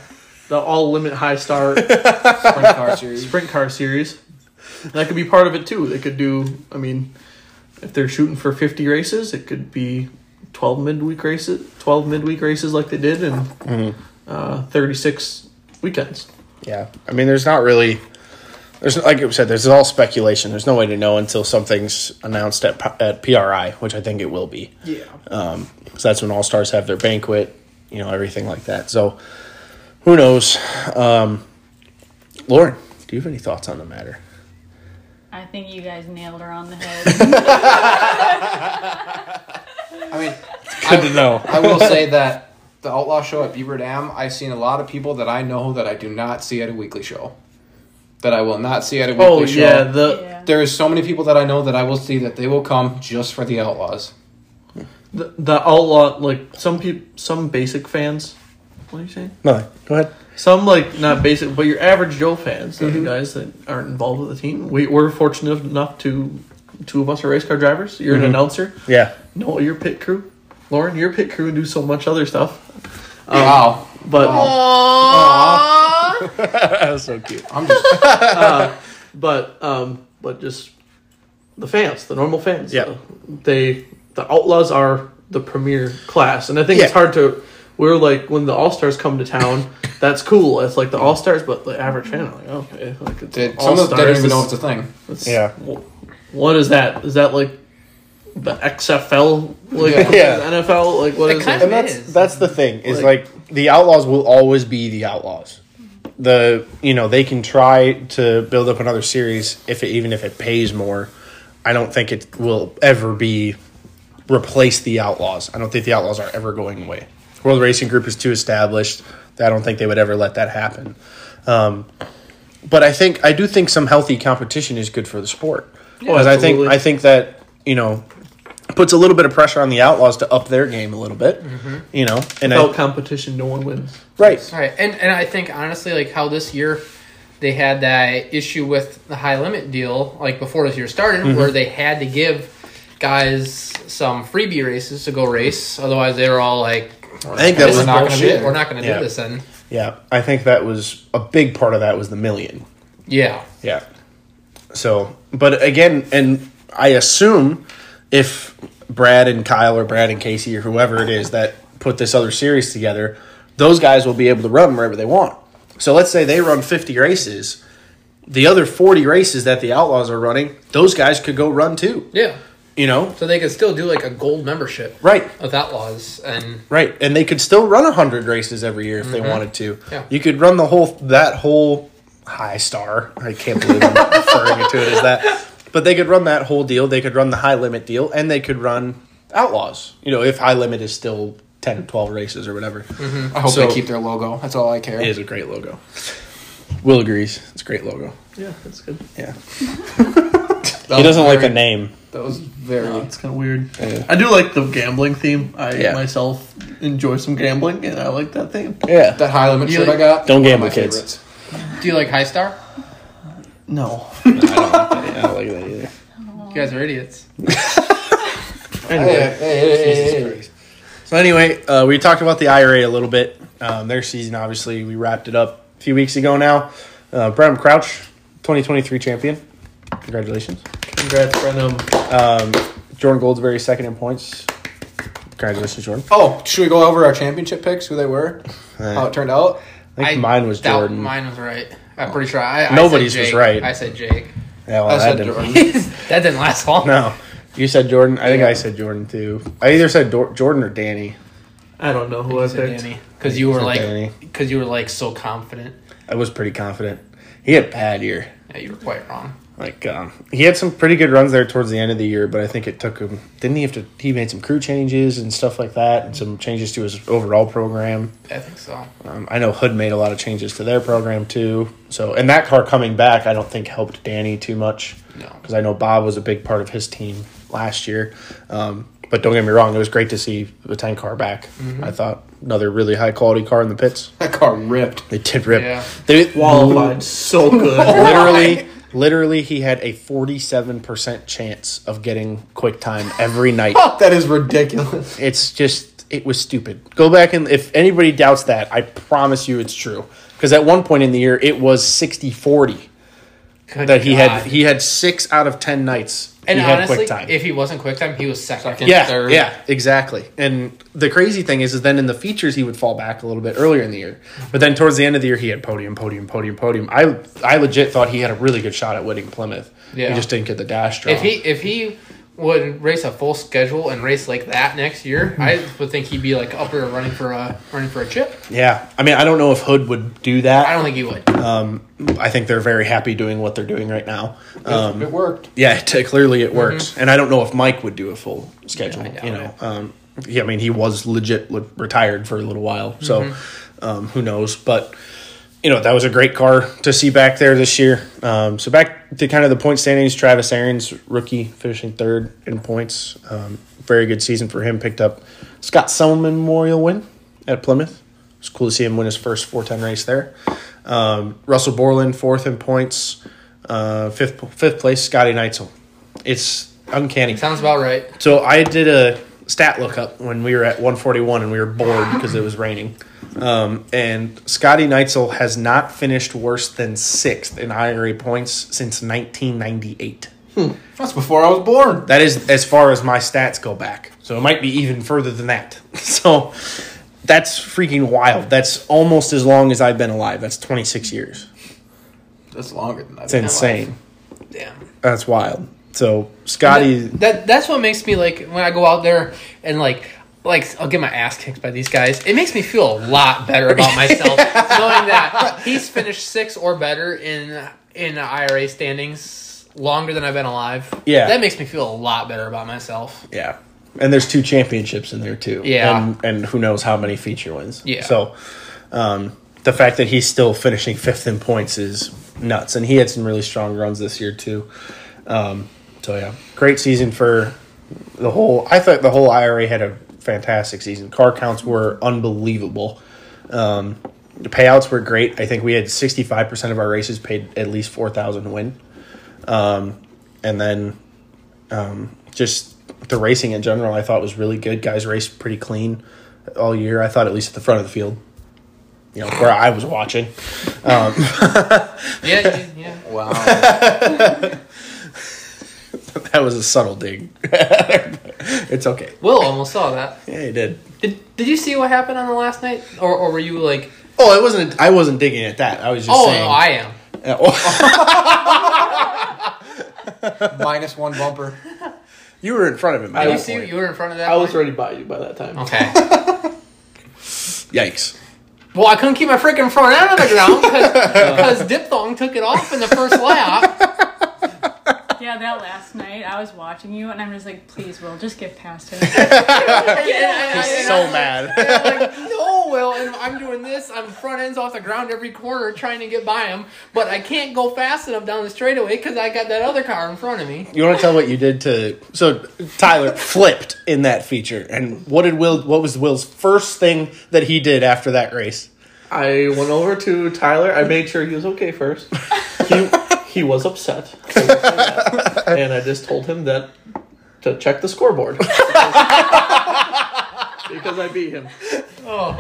Speaker 5: the all limit high star
Speaker 7: Sprint car series.
Speaker 5: sprint car series. That could be part of it too. They could do. I mean, if they're shooting for fifty races, it could be twelve midweek races, twelve midweek races like they did, and uh, thirty six weekends.
Speaker 6: Yeah. I mean, there's not really. There's like I said, there's all speculation. There's no way to know until something's announced at P- at PRI, which I think it will be.
Speaker 5: Yeah.
Speaker 6: So that's when all stars have their banquet, you know, everything like that. So who knows? Um, Lauren, do you have any thoughts on the matter?
Speaker 10: I think you guys nailed her on the head.
Speaker 7: I mean,
Speaker 6: Good to know.
Speaker 7: I will say that the Outlaw show at Beaver Dam, I've seen a lot of people that I know that I do not see at a weekly show. That I will not see at a weekly
Speaker 5: Oh
Speaker 7: show.
Speaker 5: yeah, the
Speaker 10: yeah.
Speaker 7: there is so many people that I know that I will see that they will come just for the Outlaws.
Speaker 5: the the outlaw like some people some basic fans. What are you saying?
Speaker 6: No, go ahead.
Speaker 5: Some like not basic, but your average Joe fans, the
Speaker 6: Mm-hmm.
Speaker 5: guys that aren't involved with the team. We we're fortunate enough to two of us are race car drivers. You're
Speaker 6: Mm-hmm.
Speaker 5: an announcer.
Speaker 6: Yeah.
Speaker 5: No, your pit crew, Lauren. Your pit crew do so much other stuff, Um,
Speaker 7: wow.
Speaker 5: but
Speaker 6: That was so cute.
Speaker 7: I'm just
Speaker 5: but um, but just the fans, the normal fans.
Speaker 6: Yeah.
Speaker 5: uh, they the Outlaws are the premier class, and I think it's
Speaker 6: Yeah.
Speaker 5: hard to. We're like when the All Stars come to town, that's cool. It's like the All Stars, but the average fan, like okay, like it's
Speaker 7: did,
Speaker 5: All
Speaker 7: some of them
Speaker 5: Stars.
Speaker 7: didn't even know it's a thing.
Speaker 6: Yeah.
Speaker 5: What is that? Is that like the XFL? Like
Speaker 7: Yeah.
Speaker 5: yeah. NFL? Like what
Speaker 8: It
Speaker 5: is
Speaker 8: kind
Speaker 5: it?
Speaker 6: And
Speaker 8: of
Speaker 6: that's
Speaker 8: is.
Speaker 6: that's the thing is like, the outlaws will always be the outlaws. The you know they can try to build up another series if it, even if it pays more. I don't think it will ever be replace the outlaws. I don't think the outlaws are ever going away. World Racing Group is too established. I don't think they would ever let that happen. Um, but I think I do think some healthy competition is good for the sport. Because I think
Speaker 5: absolutely.
Speaker 6: I think that you know puts a little bit of pressure on the outlaws to up their game a little bit. You know, and
Speaker 5: Without
Speaker 6: I,
Speaker 5: competition, no one wins.
Speaker 6: right,
Speaker 8: Right. And and I think honestly like how this year they had that issue with the high limit deal like before this year started
Speaker 7: Mm-hmm.
Speaker 8: where they had to give guys some freebie races to go race otherwys they were all like
Speaker 6: I think that
Speaker 8: this
Speaker 6: was
Speaker 8: is
Speaker 7: not gonna
Speaker 8: bullshit.
Speaker 7: be it.
Speaker 8: We're not going to
Speaker 6: Yeah.
Speaker 8: do this then.
Speaker 6: yeah. I think that was a big part of that was the million.
Speaker 8: Yeah.
Speaker 6: Yeah. So, but again, and I assume if Brad and Kyle or Brad and Casey or whoever it is that put this other series together, those guys will be able to run wherever they want. So let's say they run 50 races. The other 40 races that the Outlaws are running, those guys could go run too.
Speaker 8: Yeah.
Speaker 6: You know?
Speaker 8: So they could still do like a gold membership
Speaker 6: Right.
Speaker 8: of Outlaws and
Speaker 6: Right, and they could still run hundred races every year if they wanted to.
Speaker 8: Yeah.
Speaker 6: You could run the whole that whole high star. I can't believe I'm referring to it as that, but they could run that whole deal. They could run the high limit deal, and they could run outlaws. You know, if high limit is still 10, 12 races or whatever.
Speaker 7: I hope
Speaker 6: So-
Speaker 7: they keep their logo. That's all I care.
Speaker 6: It is a great logo. Will agrees. It's a great logo.
Speaker 5: Yeah, that's good.
Speaker 6: Yeah.
Speaker 7: That
Speaker 6: He
Speaker 7: was
Speaker 6: doesn't like the
Speaker 7: very-
Speaker 6: name.
Speaker 7: That was very.
Speaker 5: It's kind of weird.
Speaker 6: Yeah.
Speaker 5: I do like the gambling theme. I
Speaker 6: Yeah.
Speaker 5: myself enjoy some gambling, and I like that theme.
Speaker 6: Yeah.
Speaker 7: That high limit
Speaker 8: You
Speaker 7: shirt
Speaker 8: like-
Speaker 7: I got.
Speaker 6: Don't
Speaker 7: one of
Speaker 6: gamble,
Speaker 7: my
Speaker 6: kids.
Speaker 7: favorites.
Speaker 8: Do you like High Star?
Speaker 5: No,
Speaker 6: I don't like that either.
Speaker 8: You guys are idiots.
Speaker 7: Hey, hey, hey, hey, hey, hey.
Speaker 6: So anyway, uh, we talked about the IRA a little bit. Um, their season, obviously, we wrapped it up a few weeks ago now. Uh, Brenham Crouch, 2023 champion. Congratulations.
Speaker 5: congrats, Brenham.
Speaker 6: Jordan Goldsberry, second in points. Congratulations, Jordan.
Speaker 7: Oh, should we go over our championship picks? Who they were?
Speaker 5: Uh,
Speaker 7: How it turned out?
Speaker 6: I think mine was
Speaker 8: doubt
Speaker 6: Jordan.
Speaker 8: Mine was right. I'm pretty sure. I, I
Speaker 6: Nobody's
Speaker 8: said
Speaker 6: was
Speaker 8: Jake.
Speaker 6: right.
Speaker 8: I said Jake.
Speaker 6: Yeah, well,
Speaker 7: I said
Speaker 6: that didn't-
Speaker 7: Jordan.
Speaker 8: that didn't last long.
Speaker 6: No. You said Jordan. I think I said Jordan too. I either said Dor- Jordan or Danny.
Speaker 5: I don't know who I, picked.
Speaker 8: Because you were
Speaker 6: said
Speaker 8: like,
Speaker 6: Danny.
Speaker 8: because you were like so confident.
Speaker 6: I was pretty confident. He had a bad year.
Speaker 8: Yeah, you were quite wrong.
Speaker 6: Like um, he had some pretty good runs there towards the end of the year, but I think it took him. Didn't he have to? He made some crew changes and stuff like that, and some changes to his overall program.
Speaker 8: I think so.
Speaker 6: Um, I know Hood made a lot of changes to their program too. So and that car coming back, I don't think helped Danny too much.
Speaker 8: No.
Speaker 6: because I know Bob was a big part of his team last year. Um, but don't get me wrong, it was great to see the tank car back. I thought another really high quality car in the pits.
Speaker 7: That car ripped.
Speaker 6: They did rip.
Speaker 8: Yeah.
Speaker 6: They
Speaker 5: Qualified so good.
Speaker 6: literally literally he had a 47% chance of getting quick time every night
Speaker 7: That is ridiculous.
Speaker 6: it's just it was stupid go back and if anybody doubts that i promise you it's true because at one point in the year it was 60-40
Speaker 8: Good
Speaker 6: that he
Speaker 8: God.
Speaker 6: had he had six out of ten nights
Speaker 8: and
Speaker 6: he had
Speaker 8: honestly,
Speaker 6: quick time
Speaker 8: if he wasn't quick time, he was second.
Speaker 6: yeah,
Speaker 7: third.
Speaker 6: yeah, exactly. And the crazy thing is, is then in the features he would fall back a little bit earlier in the year, but then towards the end of the year he had podium, podium, podium, podium. I I legit thought he had a really good shot at winning Plymouth.
Speaker 8: Yeah.
Speaker 6: he just didn't get the dash draw.
Speaker 8: If he if he would race a full schedule and race like that next year, I would think he'd be like up there running for a running for a chip.
Speaker 6: yeah, I mean, I don't know if Hood would do
Speaker 8: I
Speaker 6: that.
Speaker 8: don't think he would.
Speaker 6: I think they're very happy doing what they're doing right now. Um,
Speaker 7: it worked.
Speaker 6: yeah, t- clearly it works.
Speaker 8: Mm-hmm.
Speaker 6: And I don't know if Mike would do a full schedule. you know, um, yeah, I mean he was legit le- retired for a little while, so
Speaker 8: Mm-hmm.
Speaker 6: um, who knows? But you know that was a great car to see back there this year. Um, so back to kind of the point standings. Travis Aaron's rookie finishing third in points. Um, very good season for him. Picked up Scott Selman Memorial win at Plymouth. It's cool to see him win his first 410 race there. Um, Russell Borland fourth in points. Uh, fifth fifth place Scotty Neitzel. It's uncanny.
Speaker 8: Sounds about right.
Speaker 6: So I did a stat lookup when we were at 141 and we were bored because it was raining. Um, and Scotty Neitzel has not finished worse than sixth in IRA points since 1998.
Speaker 7: Hmm. That's before I was born.
Speaker 6: That is as far as my stats go back. So it might be even further than that. So that's freaking wild. That's almost as long as I've been alive. That's 26 years.
Speaker 7: That's longer than that.
Speaker 6: It's insane.
Speaker 8: Damn.
Speaker 6: That's wild. So Scotty,
Speaker 8: That that's what makes me like when I go out there and like like I'll get my ass kicked by these guys. It makes me feel a lot better about myself knowing that he's finished six or better in in the IRA standings longer than I've been alive.
Speaker 6: Yeah.
Speaker 8: that makes me feel a lot better about myself.
Speaker 6: Yeah. And there's two championships in there too.
Speaker 8: Yeah.
Speaker 6: And, and who knows how many feature wins.
Speaker 8: Yeah.
Speaker 6: So um, the fact that he's still finishing fifth in points is nuts. And he had some really strong runs this year too. Um, so yeah, great season for the whole. I thought the whole IRA had a fantastic season. Car counts were unbelievable. Um, the payouts were great. I think we had 65% of our races paid at least 4,000 to win. Um, and then just the racing in general, I thought was really good. Guys raced pretty clean all year. I thought at least at the front of the field, you know, where I was watching.
Speaker 8: Yeah, you- yeah.
Speaker 7: Wow.
Speaker 6: That was a subtle dig. it's okay.
Speaker 8: Will almost saw that.
Speaker 6: Yeah, he did.
Speaker 8: Did Did you see what happened on the last night, or or were you like,
Speaker 6: Oh, I wasn't. I wasn't digging at that. I was just
Speaker 8: oh
Speaker 6: saying.
Speaker 8: no, I am.
Speaker 7: Minus one bumper.
Speaker 6: you were in front of him.
Speaker 8: Did
Speaker 6: I
Speaker 8: you
Speaker 6: was.
Speaker 8: see you were in front of that?
Speaker 5: I was
Speaker 8: line?
Speaker 5: already by you by that time.
Speaker 8: Okay.
Speaker 6: Yikes.
Speaker 8: Well, I couldn't keep my freaking front end on the ground because Diphthong took it off in the first lap.
Speaker 10: yeah, that last night I was watching you and I'm just like, please, Will, just get past him. Get
Speaker 6: He's
Speaker 10: out.
Speaker 6: so mad.
Speaker 8: no, Will, and I'm doing this. I'm front ends off the ground every corner trying to get by him, but I can't go fast enough down the straightaway because I got that other car in front of me.
Speaker 6: you want to tell what you did to? So Tyler flipped in that feature, and what did Will? What was Will's first thing that he did after that race?
Speaker 5: I went over to Tyler. I made sure he was okay first. He, he was upset. I will say that. and I just told him that to check the scoreboard. because I beat him.
Speaker 6: Oh.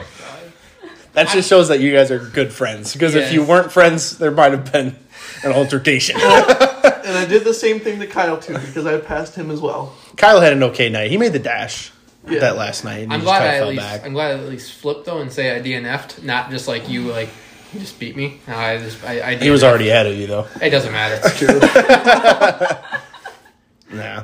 Speaker 6: That just shows that you guys are good friends. Because if you
Speaker 8: Yes.
Speaker 6: weren't friends, there might have been an altercation.
Speaker 5: And I did the same thing to Kyle too because I passed him as well.
Speaker 6: Kyle had an okay night. He made the dash
Speaker 5: Yeah.
Speaker 6: that last night. And
Speaker 8: I'm
Speaker 6: he
Speaker 8: glad
Speaker 6: kinda
Speaker 8: I at
Speaker 6: fell
Speaker 8: least
Speaker 6: back.
Speaker 8: I'm glad I at least flipped though and say I DNF'd, not just like you like you just beat me. No, I just I, I
Speaker 6: He was
Speaker 8: DNF'd.
Speaker 6: already ahead of you though.
Speaker 8: It doesn't matter.
Speaker 6: Nah.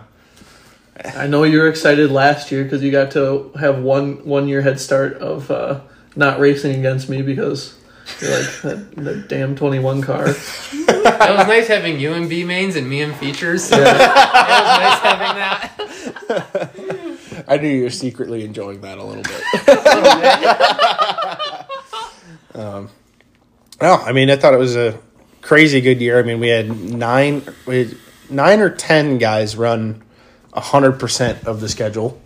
Speaker 5: I know you were excited last year because you got to have one one year head start of uh, not racing against me because you're like that, that damn 21 car.
Speaker 8: It was nice having you and B mains and me and features. it was nice having that.
Speaker 6: I knew you were secretly enjoying that a little bit. um, no, I mean, I thought it was a crazy good year. I mean, we had nine, we had nine or ten guys run hundred percent of the schedule,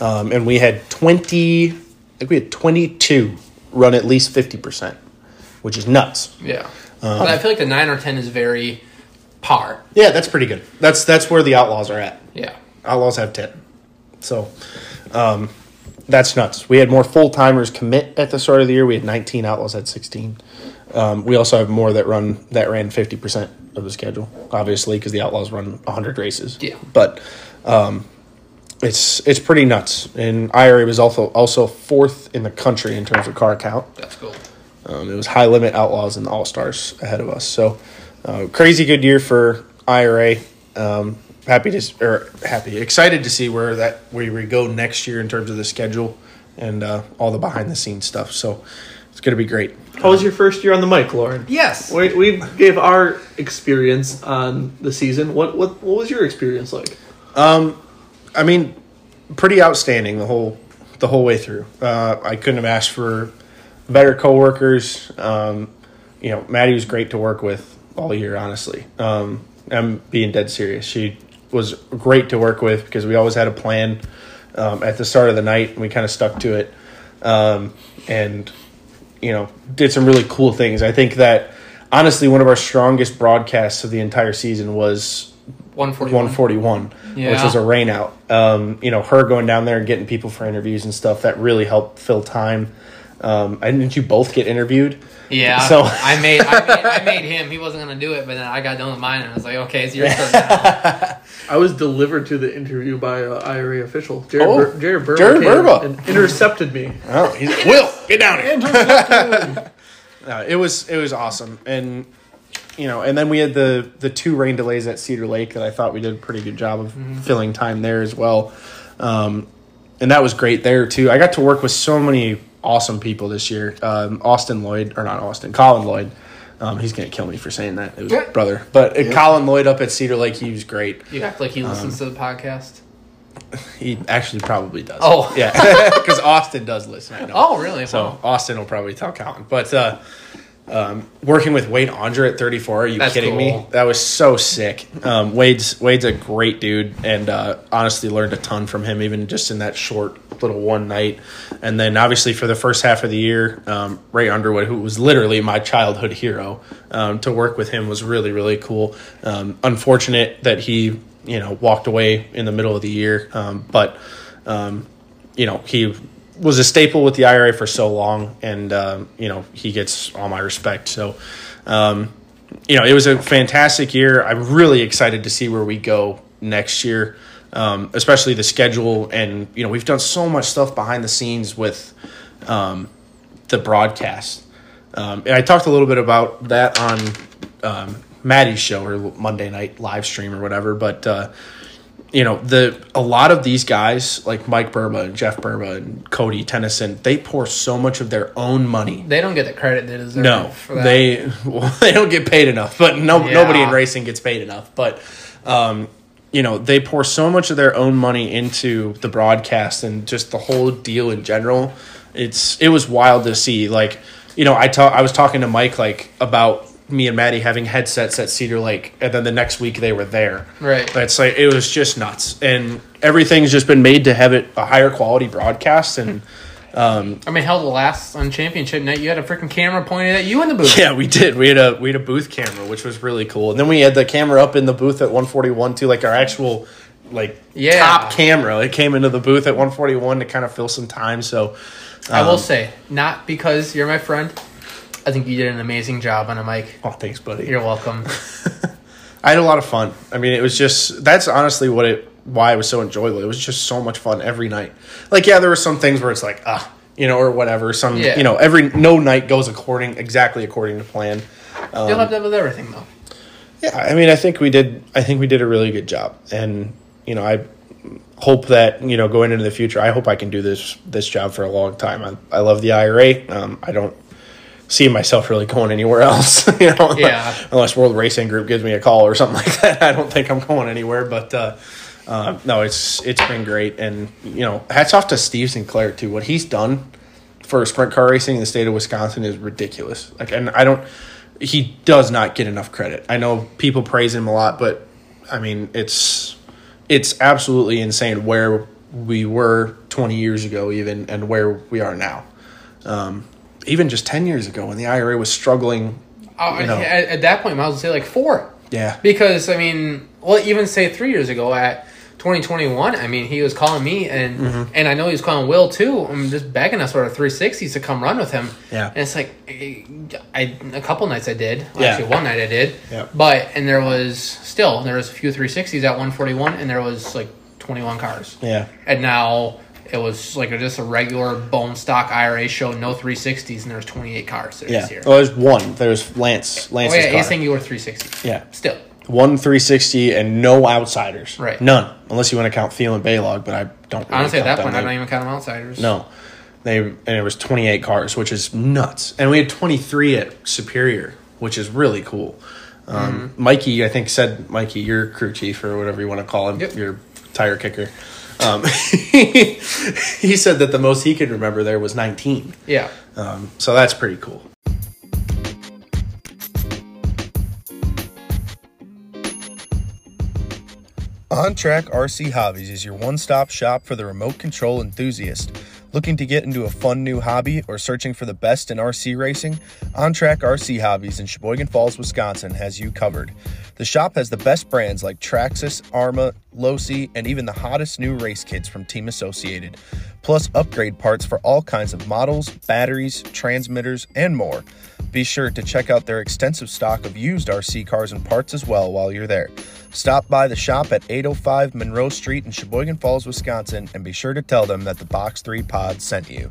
Speaker 6: um, and we had twenty. I think we had twenty-two run at least fifty percent, which is nuts.
Speaker 8: Yeah,
Speaker 6: Um,
Speaker 8: but I feel like the nine or ten is very par.
Speaker 6: Yeah, that's pretty good. That's that's where the outlaws are at.
Speaker 8: Yeah,
Speaker 6: Outlaws have 10. So um, that's nuts. We had more full timers commit at the start of the year. We had 19. Outlaws had 16. Um, we also have more that run that ran 50% of the schedule, obviously, because the Outlaws run 100 races.
Speaker 8: Yeah.
Speaker 6: But um, it's it's pretty nuts. And IRA was also also fourth in the country in terms of car count.
Speaker 8: that's cool.
Speaker 6: Um, it was high limit outlaws and all stars ahead of us. So uh, crazy good year for IRA. Um, happy to s- or happy excited to see where that where we go next year in terms of the schedule and uh, all the behind the scenes stuff. So it's gonna be great.
Speaker 5: How was your first year on the mic, Lauren?
Speaker 8: Yes.
Speaker 5: We, we gave our experience on the season. What what what was your experience like?
Speaker 6: I mean, pretty outstanding the whole the whole way through. Uh, I couldn't have asked for better coworkers. Um, you know, Maddie was great to work with all year. Honestly, um, I'm being dead serious. She was great to work with because we always had a plan um, at the start of the night, and we kind of stuck to it. Um, and you know, did some really cool things. I think that honestly, one of our strongest broadcasts of the entire season was
Speaker 8: One forty one.
Speaker 6: 141, which
Speaker 8: Yeah.
Speaker 6: was a rain out. Um, you know, her going down there and getting people for interviews and stuff that really helped fill time. Um, and didn't you both get interviewed?
Speaker 8: Yeah.
Speaker 6: So-
Speaker 8: So I made, I made I made him. He wasn't gonna do it, but then I got done with mine and I was like, okay, it's your turn now.
Speaker 5: I was delivered to the interview by an IRA official. Jared,
Speaker 6: Oh,
Speaker 5: Bur- Jared Burba,
Speaker 6: Jared
Speaker 5: came
Speaker 6: Burba.
Speaker 5: and intercepted me.
Speaker 6: Oh, he's Will, get down here. no, it was it was awesome, and you know, and then we had the the two rain delays at Cedar Lake that I thought we did a pretty good job of
Speaker 8: Mm-hmm.
Speaker 6: filling time there as well, um, and that was great there too. I got to work with so many awesome people this year. Um, Austin Lloyd, or not Austin, Colin Lloyd. Um, he's gonna kill me for saying that. It was his brother, but uh, Colin Lloyd up at Cedar Lake, he was great.
Speaker 8: You act like he listens
Speaker 6: Um,
Speaker 8: to the podcast.
Speaker 6: He actually probably does.
Speaker 8: Oh.
Speaker 6: yeah, because Austin does listen. I know.
Speaker 8: Oh, really?
Speaker 6: So Austin will probably tell Colin. But uh, um, working with Wade Andre at 34, are you
Speaker 8: That's
Speaker 6: kidding me?
Speaker 8: cool.
Speaker 6: That was so sick. Um, Wade's Wade's a great dude, and uh, honestly learned a ton from him, even just in that short little one night. And then obviously for the first half of the year, um, Ray Underwood, who was literally my childhood hero, um, to work with him was really really cool. Um, unfortunate that he you know walked away in the middle of the year, um, but um, you know he was a staple with the IRA for so long, and um, you know he gets all my respect. So, um, you know it was a fantastic year. I'm really excited to see where we go next year, um, especially the schedule. And you know we've done so much stuff behind the scenes with um, the broadcast. Um, and I talked a little bit about that on um, Maddie's show or Monday night live stream or whatever, but. Uh, you know the a lot of these guys like Mike Burba and Jeff Burba and Cody Tennyson, they pour so much of their own money.
Speaker 8: They don't get the credit they deserve.
Speaker 6: No,
Speaker 8: for that.
Speaker 6: they well, they don't get paid enough, but no
Speaker 8: Yeah.
Speaker 6: nobody in racing gets paid enough. But um, you know, they pour so much of their own money into the broadcast and just the whole deal in general. It's it was wild to see. Like, you know, I ta- I was talking to Mike like about me and Maddie having headsets at Cedar Lake, and then the next week they were there.
Speaker 8: Right.
Speaker 6: That's like it was just nuts, and everything's just been made to have it a higher quality broadcast. And
Speaker 8: I mean, hell, the last on championship night, you had a freaking camera pointed at you in the booth.
Speaker 6: yeah, we did. We had a we had a booth camera, which was really cool, and then we had the camera up in the booth at 141 too, like our actual like
Speaker 8: Yeah.
Speaker 6: top camera. It came into the booth at 141 to kind of fill some time. So
Speaker 8: I will
Speaker 6: um,
Speaker 8: say, not because you're my friend. I think you did an amazing job on a mic.
Speaker 6: Oh, thanks, buddy.
Speaker 8: You're welcome.
Speaker 6: I had a lot of fun. I mean, it was just that's honestly what it why it was so enjoyable. It was just so much fun every night. Like, yeah, there were some things where it's like, ah, you know, or whatever. Some,
Speaker 8: Yeah.
Speaker 6: you know, every no night goes according exactly according to plan. Um,
Speaker 8: You'll have that with everything, though.
Speaker 6: Yeah, I mean, I think we did. I think we did a really good job, and you know, I hope that you know going into the future, I hope I can do this this job for a long time. I, I love the IRA. Um, I don't see myself really going anywhere else. you know,
Speaker 8: Yeah.
Speaker 6: unless World Racing Group gives me a call or something like that. I don't think I'm going anywhere. But uh, uh, no, it's it's been great, and you know, hats off to Steve Sinclair too. What he's done for sprint car racing in the state of Wisconsin is ridiculous. Like, and I don't, he does not get enough credit. I know people praise him a lot, but I mean, it's it's absolutely insane where we were 20 years ago, even, and where we are now. Um, even just 10 years ago, when the IRA was struggling,
Speaker 8: Uh,
Speaker 6: you know,
Speaker 8: at, at that point, I might as well say like four.
Speaker 6: yeah,
Speaker 8: Because I mean, well, even say three years ago at 2021, I mean, he was calling me and
Speaker 6: Mm-hmm.
Speaker 8: and I know he was calling Will too. I'm just begging us for a 360s to come run with him.
Speaker 6: Yeah.
Speaker 8: and it's like I, I a couple nights I did. Well,
Speaker 6: Yeah.
Speaker 8: Actually, one night I did.
Speaker 6: Yeah.
Speaker 8: But and there was still there was a few 360s at 141, and there was like 21 cars.
Speaker 6: yeah,
Speaker 8: And now it was like just a regular bone stock IRA show, no 360s, and there was 28 cars there
Speaker 6: yeah.
Speaker 8: this year.
Speaker 6: Well, there's one. There's Lance.
Speaker 8: Oh
Speaker 6: Lance's
Speaker 8: yeah,
Speaker 6: car.
Speaker 8: he's saying you were 360.
Speaker 6: yeah,
Speaker 8: Still.
Speaker 6: one 360 and no outsiders.
Speaker 8: Right.
Speaker 6: None, unless you want to count Thiel and Baylog, but I don't. really
Speaker 8: Honestly, at
Speaker 6: count
Speaker 8: that point,
Speaker 6: them.
Speaker 8: I'm not even counting outsiders.
Speaker 6: No. They and it was 28 cars, which is nuts. And we had 23 at Superior, which is really cool. Um, Mikey, I think said Mikey, your crew chief or whatever you want to call him,
Speaker 8: Yep.
Speaker 6: your tire kicker. Um, he said that the most he could remember there was 19.
Speaker 8: Yeah.
Speaker 6: Um, so that's pretty cool. OnTrack RC Hobbies is your one stop shop for the remote control enthusiast. Looking to get into a fun new hobby or searching for the best in RC racing? OnTrack RC Hobbies in Sheboygan Falls, Wisconsin has you covered. The shop has the best brands like Traxxas, Arma, Losi, and even the hottest new race kits from Team Associated, plus upgrade parts for all kinds of models, batteries, transmitters, and more. Be sure to check out their extensive stock of used RC cars and parts as well while you're there. Stop by the shop at 805 Monroe Street in Sheboygan Falls, Wisconsin, and be sure to tell them that the Box 3 Pod sent you.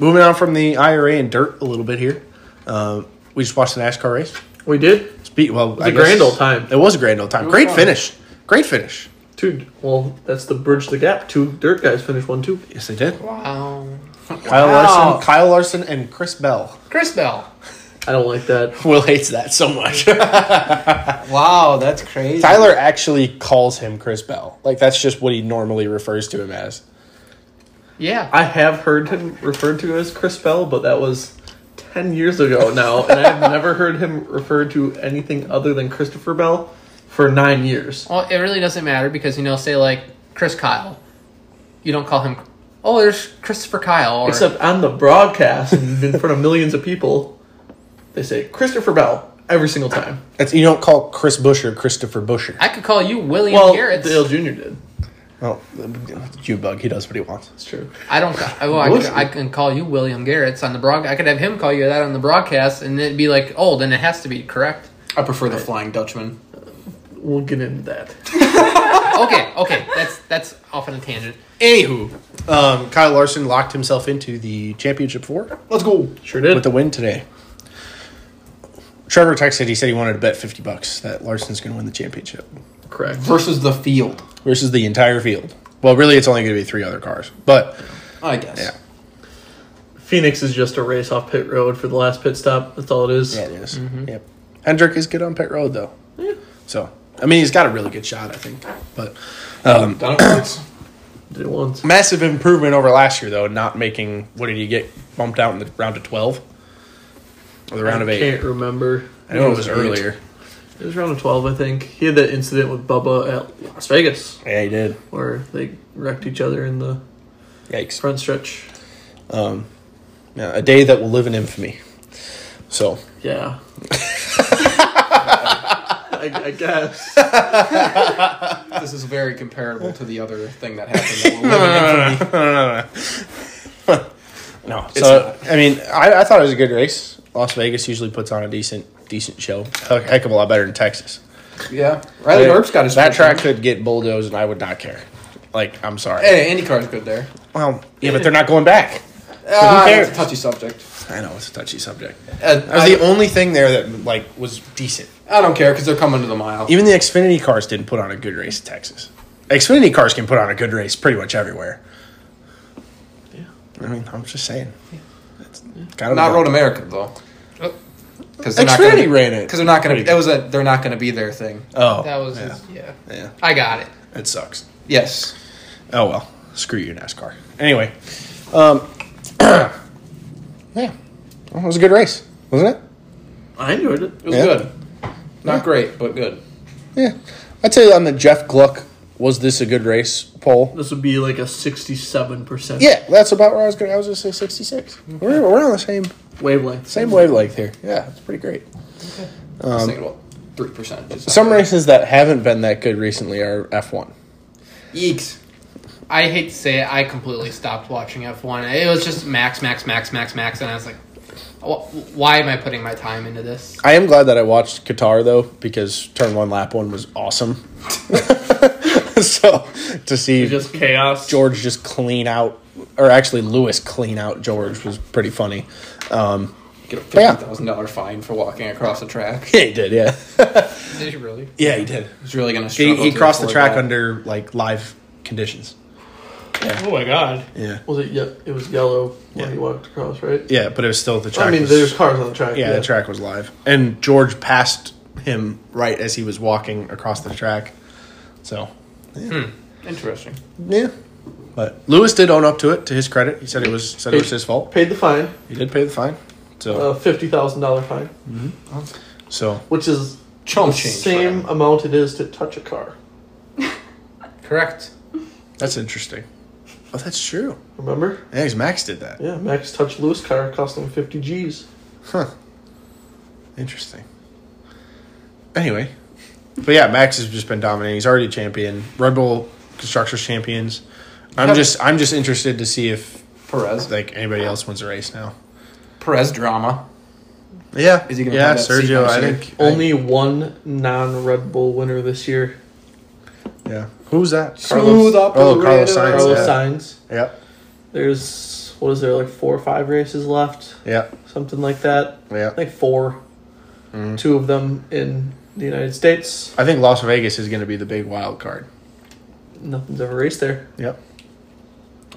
Speaker 6: Moving on from the IRA and dirt a little bit here. Uh, we just watched the NASCAR race.
Speaker 5: We did,
Speaker 6: Speed, well, it was
Speaker 5: a grand old time.
Speaker 6: It was a grand old time. Great
Speaker 5: fun.
Speaker 6: finish. Great finish.
Speaker 5: dude. Well, that's the bridge the gap. Two dirt guys finished one two.
Speaker 6: Yes, they did.
Speaker 8: Wow.
Speaker 6: Kyle Larson, Kyle Larson, and Chris Bell.
Speaker 8: Chris Bell.
Speaker 5: I don't like that.
Speaker 6: Will hates that so much.
Speaker 7: Wow, that's crazy.
Speaker 6: Tyler actually calls him Chris Bell. Like that's just what he normally refers to him as.
Speaker 8: Yeah.
Speaker 5: I have heard him referred to as Chris Bell, but that was ten years ago now, and I've never heard him referred to anything other than Christopher Bell for nine years.
Speaker 8: well, it really doesn't matter because, you know, say like Chris Kyle. You don't call him, oh, there's Christopher Kyle. Or,
Speaker 5: Except on the broadcast and in front of millions of people, they say Christopher Bell every single time.
Speaker 6: It's, you don't call Chris Busher Christopher Busher.
Speaker 8: I could call you William
Speaker 5: Well,
Speaker 8: Garrett.
Speaker 5: Dale Jr. did.
Speaker 6: Well, you bug. He does what he wants.
Speaker 5: It's true.
Speaker 8: I don't. ca- Well, I, could, I can call you William Garrett's on the broad. I could have him call you that on the broadcast, and it'd be like, oh, then it has to be correct.
Speaker 7: I prefer the Flying Dutchman.
Speaker 5: We'll get into that.
Speaker 8: Okay, okay, that's that's off on a tangent.
Speaker 6: Anywho, um, Kyle Larson locked himself into the championship four
Speaker 5: Let's go. Sure did.
Speaker 6: with the win today. Trevor texted. He said he wanted to bet fifty bucks that Larson's going to win the championship
Speaker 5: Correct.
Speaker 7: Versus the field,
Speaker 6: versus the entire field. Well, really, it's only going to be three other cars, but
Speaker 7: I guess.
Speaker 6: Yeah.
Speaker 5: Phoenix is just a race off pit road for the last pit stop. That's all it is.
Speaker 6: Yeah, it is. Yep. Hendrick is good on pit road though. So I mean, he's got a really good shot, I think. But
Speaker 7: Done it once.
Speaker 5: Did it once.
Speaker 6: massive improvement over last year though. Not making what did he get bumped out in the round of twelve or the round of
Speaker 5: I
Speaker 6: eight?
Speaker 5: can't remember.
Speaker 6: I know it was earlier.
Speaker 5: It was round of twelve, I think. He had that incident with Bubba at Las Vegas
Speaker 6: Yeah, he did.
Speaker 5: where they wrecked each other in the
Speaker 6: Yikes.
Speaker 5: front stretch.
Speaker 6: Yeah, a day that will live in infamy. So
Speaker 5: Yeah. I, I guess.
Speaker 7: This is very comparable to the other thing that happened. That we're living in.
Speaker 6: no, so I mean, I, I thought it was a good race. Las Vegas usually puts on a decent, decent show. A heck of a lot better than Texas.
Speaker 7: yeah, Riley
Speaker 6: But
Speaker 7: Herb's got his
Speaker 6: that
Speaker 7: first one.
Speaker 6: track could get bulldozed, and I would not care. Like, I'm sorry.
Speaker 7: Hey, Indy car's good there.
Speaker 6: Well, yeah, but they're not going back.
Speaker 7: Ah,
Speaker 6: cares?
Speaker 7: It's a touchy subject.
Speaker 6: I know it's a touchy subject.
Speaker 7: Uh,
Speaker 6: That was
Speaker 7: I,
Speaker 6: the only thing there that like was decent.
Speaker 7: I don't care because they're coming to the mile. Uh,
Speaker 6: Even the Xfinity cars didn't put on a good race in Texas. Xfinity cars can put on a good race pretty much everywhere. Yeah, I mean, I'm just saying. It's kind of
Speaker 7: Not
Speaker 6: a-
Speaker 7: Road America though. Because they're not
Speaker 6: Xfinity
Speaker 7: gonna,
Speaker 6: ran it.
Speaker 7: Because they're not going to. That was a. They're not going to be their thing.
Speaker 6: Oh,
Speaker 8: That was
Speaker 6: yeah.
Speaker 8: his- yeah.
Speaker 6: Yeah.
Speaker 8: I got it.
Speaker 6: It sucks.
Speaker 7: Yes.
Speaker 6: Oh well, screw you, NASCAR. Anyway, um, yeah, well, it was a good race, wasn't it?
Speaker 5: I enjoyed it.
Speaker 7: It was
Speaker 6: Yeah.
Speaker 7: good. Not great, but good.
Speaker 6: Yeah, I'd say on the Jeff Gluck, was this a good race poll?
Speaker 5: This would be like a 67%
Speaker 6: Yeah, that's about where I was going. I was going to say sixty-six. We're, we're on the same
Speaker 5: wavelength.
Speaker 6: same wavelength here. Yeah, it's pretty great.
Speaker 7: I
Speaker 5: Um,
Speaker 7: was thinking about three percent.
Speaker 6: Some races that haven't been that good recently are F one.
Speaker 7: Yeeks.
Speaker 8: I hate to say it, I completely stopped watching F1. It was just max, max, max, max, max, and I was like, "Wh- why am I putting my time into this?
Speaker 6: I am glad that I watched Qatar though, because turn one lap one was awesome. so to see
Speaker 5: Just chaos.
Speaker 6: George just clean out, or actually Lewis clean out George was pretty funny. Um,
Speaker 7: Get a
Speaker 6: Yeah.
Speaker 7: fifty thousand dollar fine for walking across the track.
Speaker 6: yeah, he did. Yeah,
Speaker 8: Did you really?
Speaker 6: yeah, he did.
Speaker 7: He's really going to
Speaker 6: He,
Speaker 7: struggle.
Speaker 6: he
Speaker 7: to
Speaker 6: crossed the
Speaker 7: afford
Speaker 6: track
Speaker 7: that.
Speaker 6: under like live conditions.
Speaker 8: Oh my god.
Speaker 6: Yeah,
Speaker 5: Was it? Yep, it was yellow when
Speaker 6: Yeah.
Speaker 5: he walked across, right?
Speaker 6: yeah, but it was still the track.
Speaker 5: I mean,
Speaker 6: was-
Speaker 5: there's cars on the track.
Speaker 6: yeah, the track was live, and George passed him right as he was walking across the track. So
Speaker 7: Interesting.
Speaker 6: yeah, but Lewis did own up to it. To his credit, he said it was said it was his fault.
Speaker 5: Paid the fine,
Speaker 6: He did pay the fine. So
Speaker 5: a fifty thousand dollar fine,
Speaker 6: so
Speaker 5: which is
Speaker 7: Chump
Speaker 5: the
Speaker 7: change. for
Speaker 5: same
Speaker 7: him.
Speaker 5: amount it is to touch a car.
Speaker 8: Correct.
Speaker 7: Mm-hmm.
Speaker 6: that's interesting. Oh, that's true.
Speaker 5: Remember?
Speaker 6: Yeah, 'cause Max did that.
Speaker 5: Yeah, Max touched Lewis' car, cost him fifty G's.
Speaker 6: Huh. Interesting. Anyway, but yeah, Max has just been dominating. He's already champion. Red Bull Constructors champions. I'm just I'm just interested to see if
Speaker 7: Perez.
Speaker 6: like anybody else wins a race now.
Speaker 7: Perez drama.
Speaker 6: Yeah,
Speaker 7: Is he gonna
Speaker 6: yeah,
Speaker 7: have that seat
Speaker 6: Sergio.
Speaker 7: next
Speaker 6: I
Speaker 7: year?
Speaker 6: think
Speaker 5: Only one non Red Bull winner this year.
Speaker 6: I- yeah. Who's that?
Speaker 7: Smooth
Speaker 6: Oh, Carlos
Speaker 7: operator.
Speaker 6: Sainz.
Speaker 5: Carlos
Speaker 6: yeah.
Speaker 5: Sainz.
Speaker 6: Yeah,
Speaker 5: There's what is there like four or five races left,
Speaker 6: yeah,
Speaker 5: something like that.
Speaker 6: yeah.
Speaker 5: I think four. Two of them in the United States.
Speaker 6: I think Las Vegas is going to be the big wild card.
Speaker 5: Nothing's ever raced there.
Speaker 6: Yep.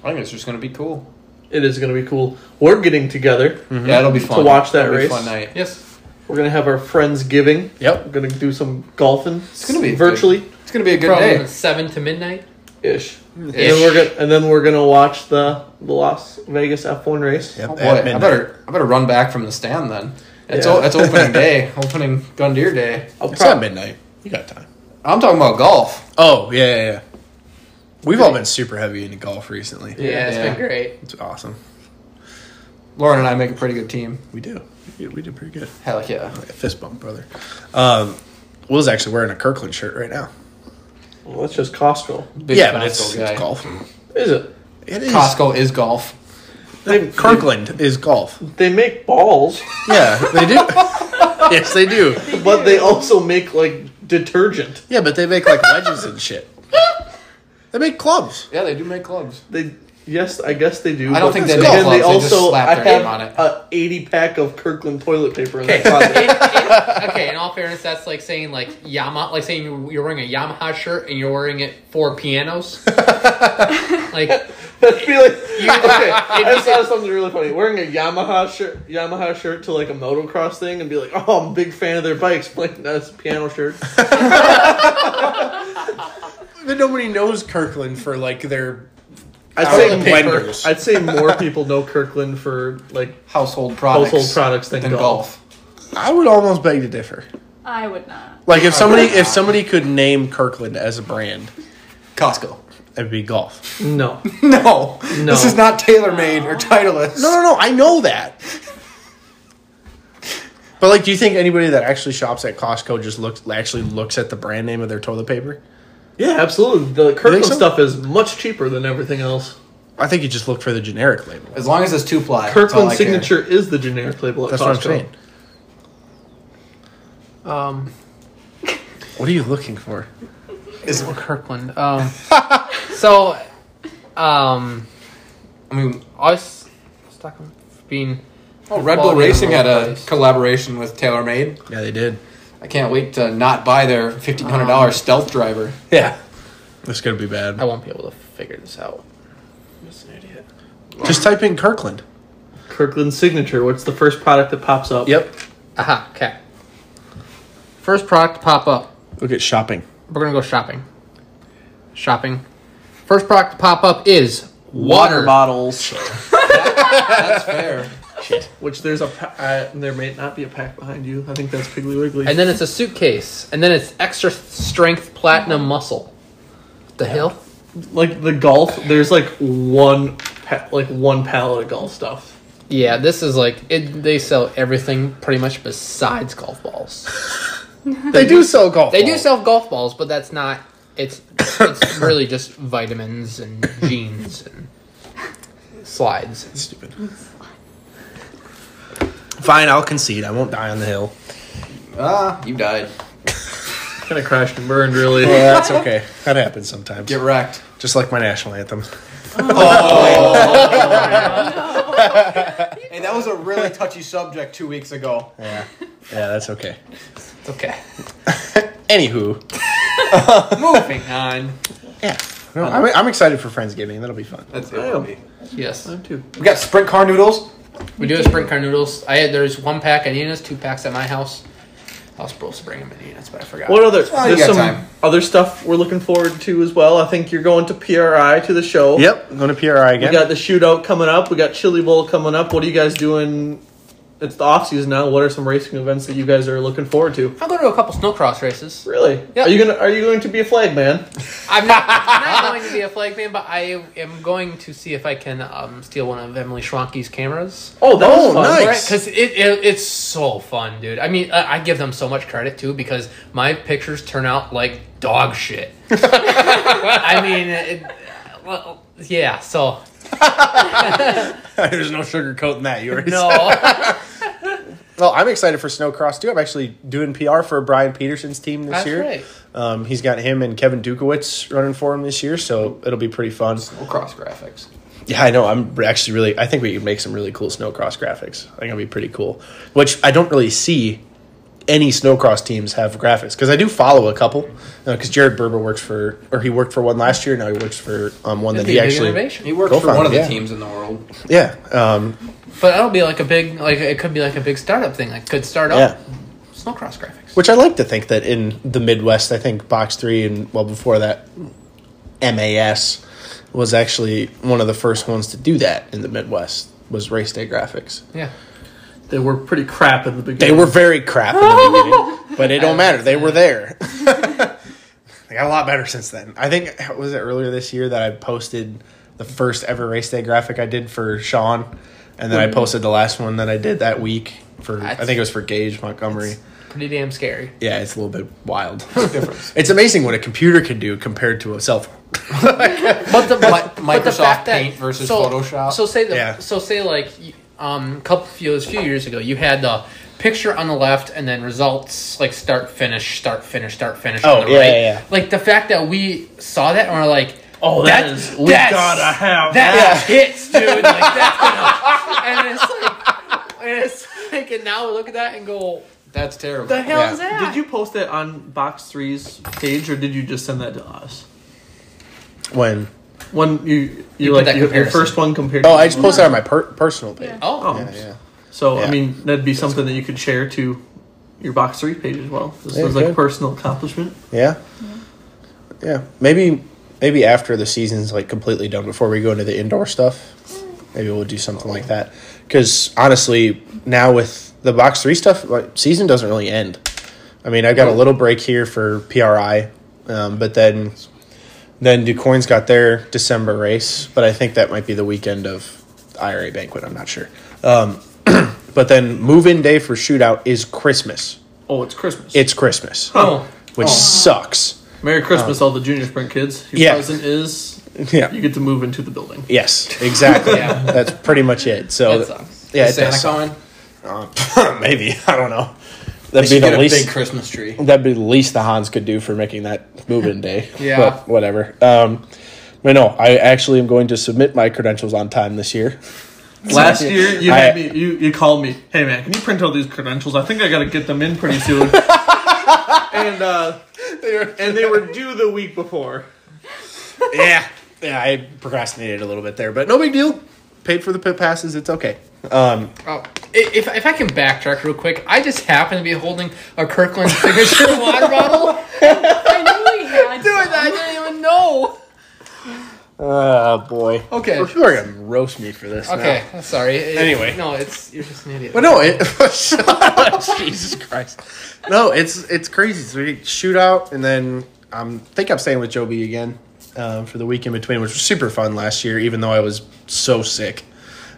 Speaker 7: I think it's just going to be cool.
Speaker 5: It is going to be cool. We're getting together.
Speaker 8: Hmm.
Speaker 7: Yeah, it'll be fun
Speaker 5: watch that
Speaker 7: It'll be a
Speaker 5: race.
Speaker 7: Fun night.
Speaker 8: Yes.
Speaker 5: We're going to have our friends giving.
Speaker 6: Yep.
Speaker 5: We're going to do some golfing. It's
Speaker 7: gonna be a good-
Speaker 5: virtually
Speaker 7: It's going to be a good
Speaker 8: From
Speaker 7: day.
Speaker 8: seven to midnight.
Speaker 5: ish. And then we're gonna and then we're going to watch the the Las Vegas F1 race.
Speaker 6: Yep.
Speaker 7: Oh boy,
Speaker 6: at
Speaker 7: I
Speaker 6: midnight.
Speaker 7: better I better run back from the stand then. It's
Speaker 5: Yeah.
Speaker 7: o- it's opening day, opening Gundeer day.
Speaker 5: I'll
Speaker 6: It's
Speaker 5: prob-
Speaker 6: not midnight. You got time.
Speaker 7: I'm talking about golf.
Speaker 6: Oh yeah, yeah, yeah. We've all been super heavy into golf recently.
Speaker 8: Yeah, it's
Speaker 7: Yeah.
Speaker 8: been great.
Speaker 6: It's awesome.
Speaker 7: Lauren and I make a pretty good team.
Speaker 6: We do. We do- we do pretty good.
Speaker 7: Hell yeah!
Speaker 6: Like a fist bump, brother. Um, Will's actually wearing a Kirkland shirt right now.
Speaker 5: Well, that's just Costco.
Speaker 7: Big
Speaker 6: yeah, but
Speaker 7: Costco
Speaker 6: it's,
Speaker 7: guy.
Speaker 6: it's golf.
Speaker 5: Is it?
Speaker 6: It is.
Speaker 7: Costco is golf.
Speaker 5: They,
Speaker 6: Kirkland is golf.
Speaker 5: they make balls,
Speaker 6: Yeah, they do. yes, they do.
Speaker 5: but they also make like detergent.
Speaker 6: Yeah, but they make like wedges and shit. They make clubs.
Speaker 7: Yeah, they do make clubs.
Speaker 5: They Yes, I guess they do.
Speaker 7: I don't
Speaker 5: but
Speaker 7: think
Speaker 5: then
Speaker 7: they have
Speaker 5: they
Speaker 7: gloves, they just
Speaker 5: also
Speaker 7: slap
Speaker 5: I
Speaker 7: their
Speaker 5: have
Speaker 7: name on it.
Speaker 5: a eighty pack of Kirkland toilet paper in that closet.
Speaker 8: okay, in all fairness, that's like saying like Yamaha, like saying you- you're wearing a Yamaha shirt and you're wearing it for pianos. like
Speaker 5: That'd be like okay.
Speaker 8: if
Speaker 5: I
Speaker 8: you
Speaker 5: just
Speaker 8: said-
Speaker 5: thought of something really funny. Wearing a Yamaha shirt, Yamaha shirt to like a motocross thing, and be like, "Oh, I'm a big fan of their bikes." Like that's a piano shirt.
Speaker 6: But nobody knows Kirkland for like their
Speaker 5: I'd
Speaker 6: Out
Speaker 5: say
Speaker 6: of the
Speaker 5: more,
Speaker 6: papers.
Speaker 5: I'd say more people know Kirkland for like
Speaker 7: Household products.
Speaker 5: Household products than golf.
Speaker 6: I would almost beg to differ.
Speaker 10: I would not.
Speaker 6: Like if somebody if somebody could name Kirkland as a brand,
Speaker 7: Costco.
Speaker 6: it'd be golf.
Speaker 5: no,
Speaker 7: No.
Speaker 5: No.
Speaker 7: This is not tailor-made or Titleist.
Speaker 6: No, no, no. I know that. But like, do you think anybody that actually shops at Costco just looks actually looks at the brand name of their toilet paper?
Speaker 5: yeah, absolutely. The Kirkland
Speaker 6: so?
Speaker 5: stuff is much cheaper than everything else.
Speaker 6: I think you just look for the generic label.
Speaker 7: As long as it's two ply.
Speaker 5: Kirkland signature is the generic label at
Speaker 6: That's
Speaker 5: Costco.
Speaker 6: what I'm saying.
Speaker 8: um,
Speaker 6: What are you looking for?
Speaker 8: is Kirkland. Um, so, um,
Speaker 7: I mean,
Speaker 8: I was stuck on being.
Speaker 7: oh, Red Bull
Speaker 8: Quality
Speaker 7: Racing
Speaker 8: in the
Speaker 7: had a
Speaker 8: place.
Speaker 7: collaboration with TaylorMade.
Speaker 6: Yeah, they did.
Speaker 7: I can't wait to not buy their fifteen hundred dollar stealth driver.
Speaker 6: Yeah, that's gonna be bad.
Speaker 8: Um, I won't be able to figure this out. I'm just an idiot.
Speaker 6: Just type in Kirkland.
Speaker 5: Kirkland signature. What's the first product that pops up?
Speaker 6: Yep.
Speaker 8: Aha. Okay. First product to pop up.
Speaker 6: Look at shopping.
Speaker 8: We're gonna go shopping. Shopping. First product to pop up is water.
Speaker 5: Water bottles.
Speaker 7: That's fair.
Speaker 5: Which there's a pa- uh, there may not be a pack behind you. I think that's Piggly Wiggly.
Speaker 8: and then it's a suitcase, and then it's extra strength platinum muscle. The hill.
Speaker 5: like the golf, there's like one pa- like one pallet of golf stuff.
Speaker 8: Yeah, this is like it, they sell everything pretty much besides golf balls.
Speaker 6: They do sell golf.
Speaker 8: They do
Speaker 6: balls.
Speaker 8: sell golf balls, but that's not. It's it's really just vitamins and jeans and slides.
Speaker 6: Stupid. Fine, I'll concede. I won't die on the hill.
Speaker 7: Ah, you died.
Speaker 5: Kind of crashed and burned, really.
Speaker 6: Yeah, that's okay. That happens sometimes.
Speaker 7: Get wrecked.
Speaker 6: Just like my national anthem.
Speaker 7: Hey, that was a really touchy subject two weeks ago.
Speaker 6: Yeah. Yeah, that's okay.
Speaker 8: It's okay.
Speaker 6: Anywho.
Speaker 8: Moving on.
Speaker 6: Yeah. No, I'm, I'm excited for Friendsgiving. That'll be fun.
Speaker 7: That's it. will be.
Speaker 8: Yes,
Speaker 5: I'm too.
Speaker 7: We got sprint car noodles.
Speaker 8: we do have sprint car noodles. I had there's one pack at Nina's, two packs at my house. I was supposed to bring them at Nina's, but I forgot.
Speaker 5: What other?
Speaker 7: Well, you
Speaker 5: there's
Speaker 7: got
Speaker 5: some
Speaker 7: time.
Speaker 5: other stuff we're looking forward to as well. I think you're going to PRI to the show.
Speaker 6: Yep. I'm going to PRI
Speaker 5: We
Speaker 6: again.
Speaker 5: got the shootout coming up. We got Chili Bowl coming up. What are you guys doing? It's the off season now. What are some racing events that you guys are looking forward to?
Speaker 8: I'll go to a couple snowcross races.
Speaker 5: Really?
Speaker 8: Yep.
Speaker 5: Are you gonna Are you going to be a flag man?
Speaker 8: I'm not, I'm not going to be a flag man, but I am going to see if I can um, steal one of Emily Schwanke's cameras.
Speaker 5: Oh, that was
Speaker 6: Oh,
Speaker 5: fun.
Speaker 6: nice.
Speaker 8: Because it, it, it's so fun, dude. I mean, I, I give them so much credit too because my pictures turn out like dog shit. I mean, it, well, yeah. So
Speaker 6: There's no sugarcoating that. You already
Speaker 8: no,
Speaker 6: said- Well, I'm excited for Snowcross too. I'm actually doing PR for Brian Peterson's team this
Speaker 8: That's
Speaker 6: year.
Speaker 8: right.
Speaker 6: Um, he's got him and Kevin Dukowitz running for him this year, so it'll be pretty fun.
Speaker 7: We'll cross graphics.
Speaker 6: Yeah, I know. I'm actually really. I think we could make some really cool snowcross graphics. I think it'd be pretty cool. Which I don't really see any snowcross teams have graphics because I do follow a couple. Because Jared Berber works for, or he worked for one last year. Now he works for um, one that
Speaker 8: It'd
Speaker 6: he
Speaker 8: be a big
Speaker 6: actually.
Speaker 8: innovation.
Speaker 7: He worked
Speaker 6: Go
Speaker 7: for
Speaker 6: find
Speaker 7: one
Speaker 6: it,
Speaker 7: of the
Speaker 6: yeah.
Speaker 7: teams in the world.
Speaker 6: Yeah, um,
Speaker 8: but that'll be like a big, like it could be like a big startup thing. Like could start
Speaker 6: yeah.
Speaker 8: up snowcross graphics.
Speaker 6: Which I like to think that in the Midwest, I think Box Three and well before that, MAS was actually one of the first ones to do that in the Midwest. Was race day graphics.
Speaker 8: Yeah.
Speaker 5: They were pretty crap in the
Speaker 6: They
Speaker 5: beginning.
Speaker 6: were very crap in the beginning, but it don't matter. They were there. they got a lot better since then. I think was it earlier this year that I posted the first ever race day graphic I did for Sean, and then I posted the last one that I did that week for I
Speaker 8: That's-
Speaker 6: think it was for Gage Montgomery.
Speaker 8: Pretty damn scary.
Speaker 6: Yeah, it's a little bit wild. it's amazing what a computer can do compared to a cell phone.
Speaker 8: but the but,
Speaker 7: Mi-
Speaker 8: but the
Speaker 7: Microsoft
Speaker 8: fact that-
Speaker 7: Paint versus
Speaker 8: so,
Speaker 7: Photoshop.
Speaker 8: So say the
Speaker 6: Yeah.
Speaker 8: so say like you- um couple few it was a few years ago you had the picture on the left and then results like start finish start finish start finish
Speaker 6: Oh,
Speaker 8: on the
Speaker 6: yeah,
Speaker 8: right.
Speaker 6: yeah, yeah.
Speaker 8: Like the fact that we saw that and we're like
Speaker 5: Oh, that
Speaker 8: That's-
Speaker 5: is we
Speaker 8: that's-
Speaker 5: gotta have
Speaker 8: that
Speaker 5: that.
Speaker 8: hits, dude. Like that's gonna, and it's like, and it's like, and now we look at that and go,
Speaker 7: That's terrible.
Speaker 8: the hell
Speaker 6: Yeah.
Speaker 8: is that?
Speaker 5: Did you post that on Box Three's page, or did you just send that to us?
Speaker 6: When?
Speaker 5: When you you,
Speaker 8: put
Speaker 5: like
Speaker 8: that
Speaker 5: your- your
Speaker 8: comparison.
Speaker 5: first one compared.
Speaker 6: Oh,
Speaker 5: to
Speaker 6: I just posted it on my per- personal page.
Speaker 8: Oh,
Speaker 5: Oh, so I
Speaker 6: Yeah.
Speaker 5: mean that'd be something that you could share to your Box Three page as well. This
Speaker 6: Yeah,
Speaker 5: was like
Speaker 6: good.
Speaker 5: personal accomplishment.
Speaker 6: Yeah. Yeah. Maybe maybe after the season's like completely done before we go into the indoor stuff. Maybe we'll do something like that. Cuz honestly, now with the box 3 stuff, like season doesn't really end. I mean, I've got a little break here for PRI, um, but then then DuCoin's got their December race, but I think that might be the weekend of IRA banquet, I'm not sure. Um, but then move-in day for shootout is Christmas.
Speaker 5: Oh, it's Christmas.
Speaker 6: It's Christmas,
Speaker 5: oh,
Speaker 6: which sucks.
Speaker 5: Merry Christmas, all the junior sprint kids. Your
Speaker 6: yeah.
Speaker 5: present is you
Speaker 6: Yeah.
Speaker 5: get to move into the building.
Speaker 6: Yes, exactly. That's pretty much it. So
Speaker 8: that sucks.
Speaker 6: yeah, it
Speaker 7: Santa
Speaker 6: does suck.
Speaker 7: coming?
Speaker 6: maybe I don't know.
Speaker 7: They
Speaker 6: That'd be
Speaker 7: should
Speaker 6: the
Speaker 7: get a big
Speaker 6: least.
Speaker 7: Christmas tree.
Speaker 6: That'd be the least the Hans could do for making that move-in day.
Speaker 7: Yeah.
Speaker 6: but whatever. Um, but no, I actually am going to submit my credentials on time this year.
Speaker 5: Last year, you had
Speaker 6: I-
Speaker 5: me. You, you called me. Hey man, can you print out these credentials? I think I got to get them in pretty soon. and uh, and they were due the week before.
Speaker 6: yeah, yeah, I procrastinated a little bit there, but no big deal. Paid for the pit passes. It's okay. Um,
Speaker 8: Oh, i- if, if I can backtrack real quick, I just happen to be holding a Kirkland signature water bottle.
Speaker 10: I knew we had
Speaker 8: Dude, I didn't even know.
Speaker 6: oh boy.
Speaker 8: Okay.
Speaker 6: people are gonna roast me for this. now.
Speaker 8: Okay, I'm sorry. It-
Speaker 6: Anyway.
Speaker 8: no, it's you're just an idiot.
Speaker 6: But no, it Jesus Christ. No, it's it's crazy. So we shootout, and then I um, think I'm staying with Joby again um, for the week in between, which was super fun last year. Even though I was so sick,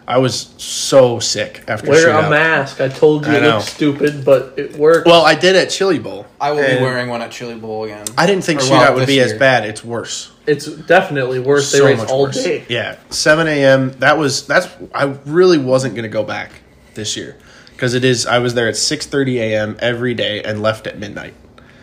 Speaker 6: I was so sick after
Speaker 5: Wear
Speaker 6: shootout.
Speaker 5: a mask. I told you
Speaker 6: I
Speaker 5: it
Speaker 6: know.
Speaker 5: looked stupid, but it worked.
Speaker 6: Well, I did at Chili Bowl.
Speaker 7: I will
Speaker 6: and
Speaker 7: be wearing one at Chili Bowl again.
Speaker 6: I didn't think
Speaker 7: Or,
Speaker 6: shootout
Speaker 7: well,
Speaker 6: would
Speaker 7: this
Speaker 6: be as
Speaker 7: year.
Speaker 6: bad. It's worse.
Speaker 5: it's definitely worth. They
Speaker 6: so
Speaker 5: race
Speaker 6: much
Speaker 5: all
Speaker 6: worse.
Speaker 5: day.
Speaker 6: Yeah, seven a.m. That was that's. I really wasn't gonna go back this year because it is. I was there at six thirty a.m. every day and left at midnight.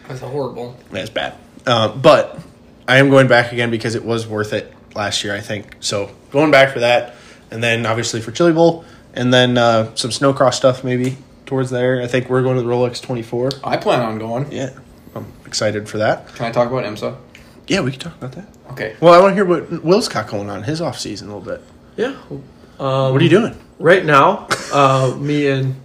Speaker 8: That's horrible.
Speaker 6: That's bad. Uh, but I am going back again because it was worth it last year, I think. So going back for that, and then obviously for Chili Bowl, and then uh, some snowcross stuff maybe towards there. I think we're going to the Rolex 24.
Speaker 7: I plan on going.
Speaker 6: Yeah, I'm excited for that.
Speaker 7: Can I talk about IMSA?
Speaker 6: Yeah, we can talk about that.
Speaker 7: Okay.
Speaker 6: Well, I want to hear what Will's got going on in his off season a little bit.
Speaker 5: Yeah.
Speaker 7: Um,
Speaker 6: What are you doing?
Speaker 5: Right now, uh, me and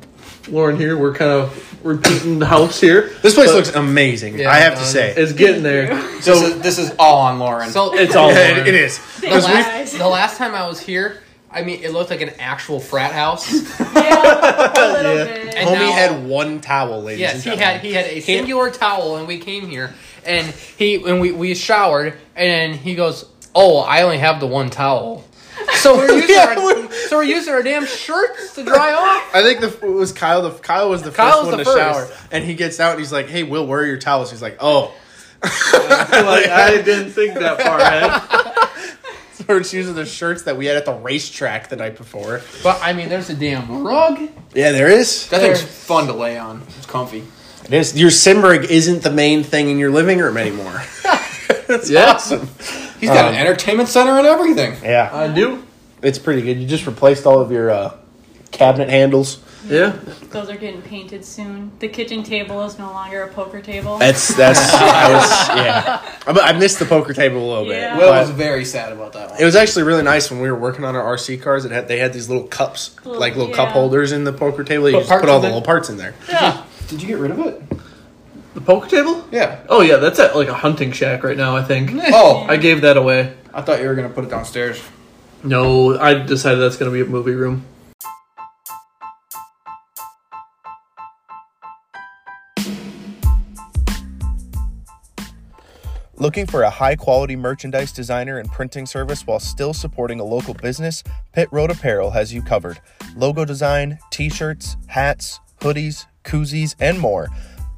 Speaker 5: Lauren here, we're kind of repeating the house here.
Speaker 6: This place looks amazing.
Speaker 8: Yeah,
Speaker 6: I have
Speaker 8: it
Speaker 6: to
Speaker 8: does.
Speaker 6: say,
Speaker 5: It's getting there.
Speaker 7: um, this, is, this is all on Lauren.
Speaker 8: So
Speaker 5: It's all
Speaker 6: Yeah,
Speaker 5: Lauren.
Speaker 6: it is.
Speaker 8: the
Speaker 10: Thanks,
Speaker 8: last,
Speaker 10: guys.
Speaker 8: the last time I was here, I mean, it looked like an actual frat house.
Speaker 10: Yeah, a little bit.
Speaker 8: And
Speaker 6: Homie
Speaker 8: now-
Speaker 6: had one towel, ladies.
Speaker 8: Yes,
Speaker 6: and
Speaker 8: he
Speaker 6: gentlemen.
Speaker 8: had he had a singular towel, and we came here, and he and we we showered, and he goes, "Oh, I only have the one towel." So we're using
Speaker 6: Yeah,
Speaker 8: our,
Speaker 6: we're-
Speaker 8: so we're using our damn shirts to dry off.
Speaker 6: I think the it was Kyle. The Kyle was the first
Speaker 8: Kyle was
Speaker 6: one
Speaker 8: the
Speaker 6: to
Speaker 8: first.
Speaker 6: shower, and he gets out and he's like, "Hey, Will, where are your towels?" He's like, "Oh."
Speaker 5: Like, I didn't think that far ahead.
Speaker 6: Or it's using the shirts that we had at the racetrack the night before.
Speaker 8: But I mean, there's a damn rug.
Speaker 6: Yeah, there is.
Speaker 7: that thing's fun to lay on. It's comfy.
Speaker 6: It is. Your Simberg isn't the main thing in your living room anymore. That's
Speaker 5: Yeah.
Speaker 6: awesome.
Speaker 7: He's got
Speaker 8: Um,
Speaker 7: an entertainment center and everything.
Speaker 6: Yeah,
Speaker 5: I do.
Speaker 6: Uh, it's pretty good. You just replaced all of your uh, cabinet handles.
Speaker 5: Yeah.
Speaker 10: Those are getting painted soon. The kitchen table is no longer a poker table.
Speaker 6: That's that's. I was, yeah, I, but I missed the poker table a little
Speaker 10: Yeah.
Speaker 6: bit.
Speaker 7: Will
Speaker 6: but-
Speaker 7: was very sad about that one.
Speaker 6: It was actually really nice when we were working on our RC cars. It had they had these little cups,
Speaker 10: Little-
Speaker 6: like little
Speaker 10: yeah.
Speaker 6: cup holders in the poker table. You
Speaker 8: Put
Speaker 6: just
Speaker 8: parts
Speaker 6: put all
Speaker 8: in
Speaker 6: the
Speaker 8: there.
Speaker 6: little parts in there.
Speaker 8: Yeah,
Speaker 7: Did you get rid of it?
Speaker 5: The poker table?
Speaker 7: Yeah.
Speaker 5: Oh yeah, that's at like a hunting shack right now. I think.
Speaker 7: Oh,
Speaker 5: I gave that away.
Speaker 7: I thought you were gonna put it downstairs.
Speaker 5: No, I decided that's gonna be a movie room.
Speaker 11: Looking for a high quality merchandise designer and printing service while still supporting a local business? Pit Road Apparel has you covered. Logo design, t shirts, hats, hoodies, koozies, and more.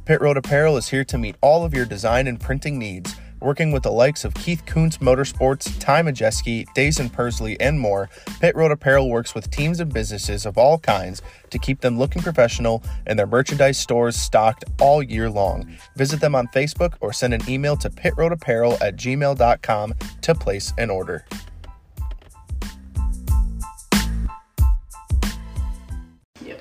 Speaker 11: Pit Road Apparel is here to meet all of your design and printing needs. Working with the likes of Keith Koontz Motorsports, Ty Majeski, Dazen Persley, and more, Pit Road Apparel works with teams and businesses of all kinds to keep them looking professional and their merchandise stores stocked all year long. Visit them on Facebook or send an email to pitroadapparel at gmail.com to place an order.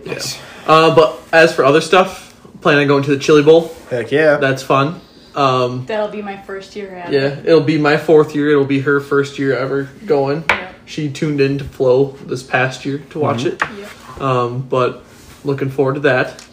Speaker 5: Yes. Uh, but as for other stuff, plan on going to the Chili Bowl.
Speaker 6: Heck yeah.
Speaker 5: That's fun. Um,
Speaker 10: That'll be my first year at it.
Speaker 5: yeah, it'll be my fourth year. It'll be her first year ever going. She tuned in to Flow this past year to watch it. Um, but looking forward to that.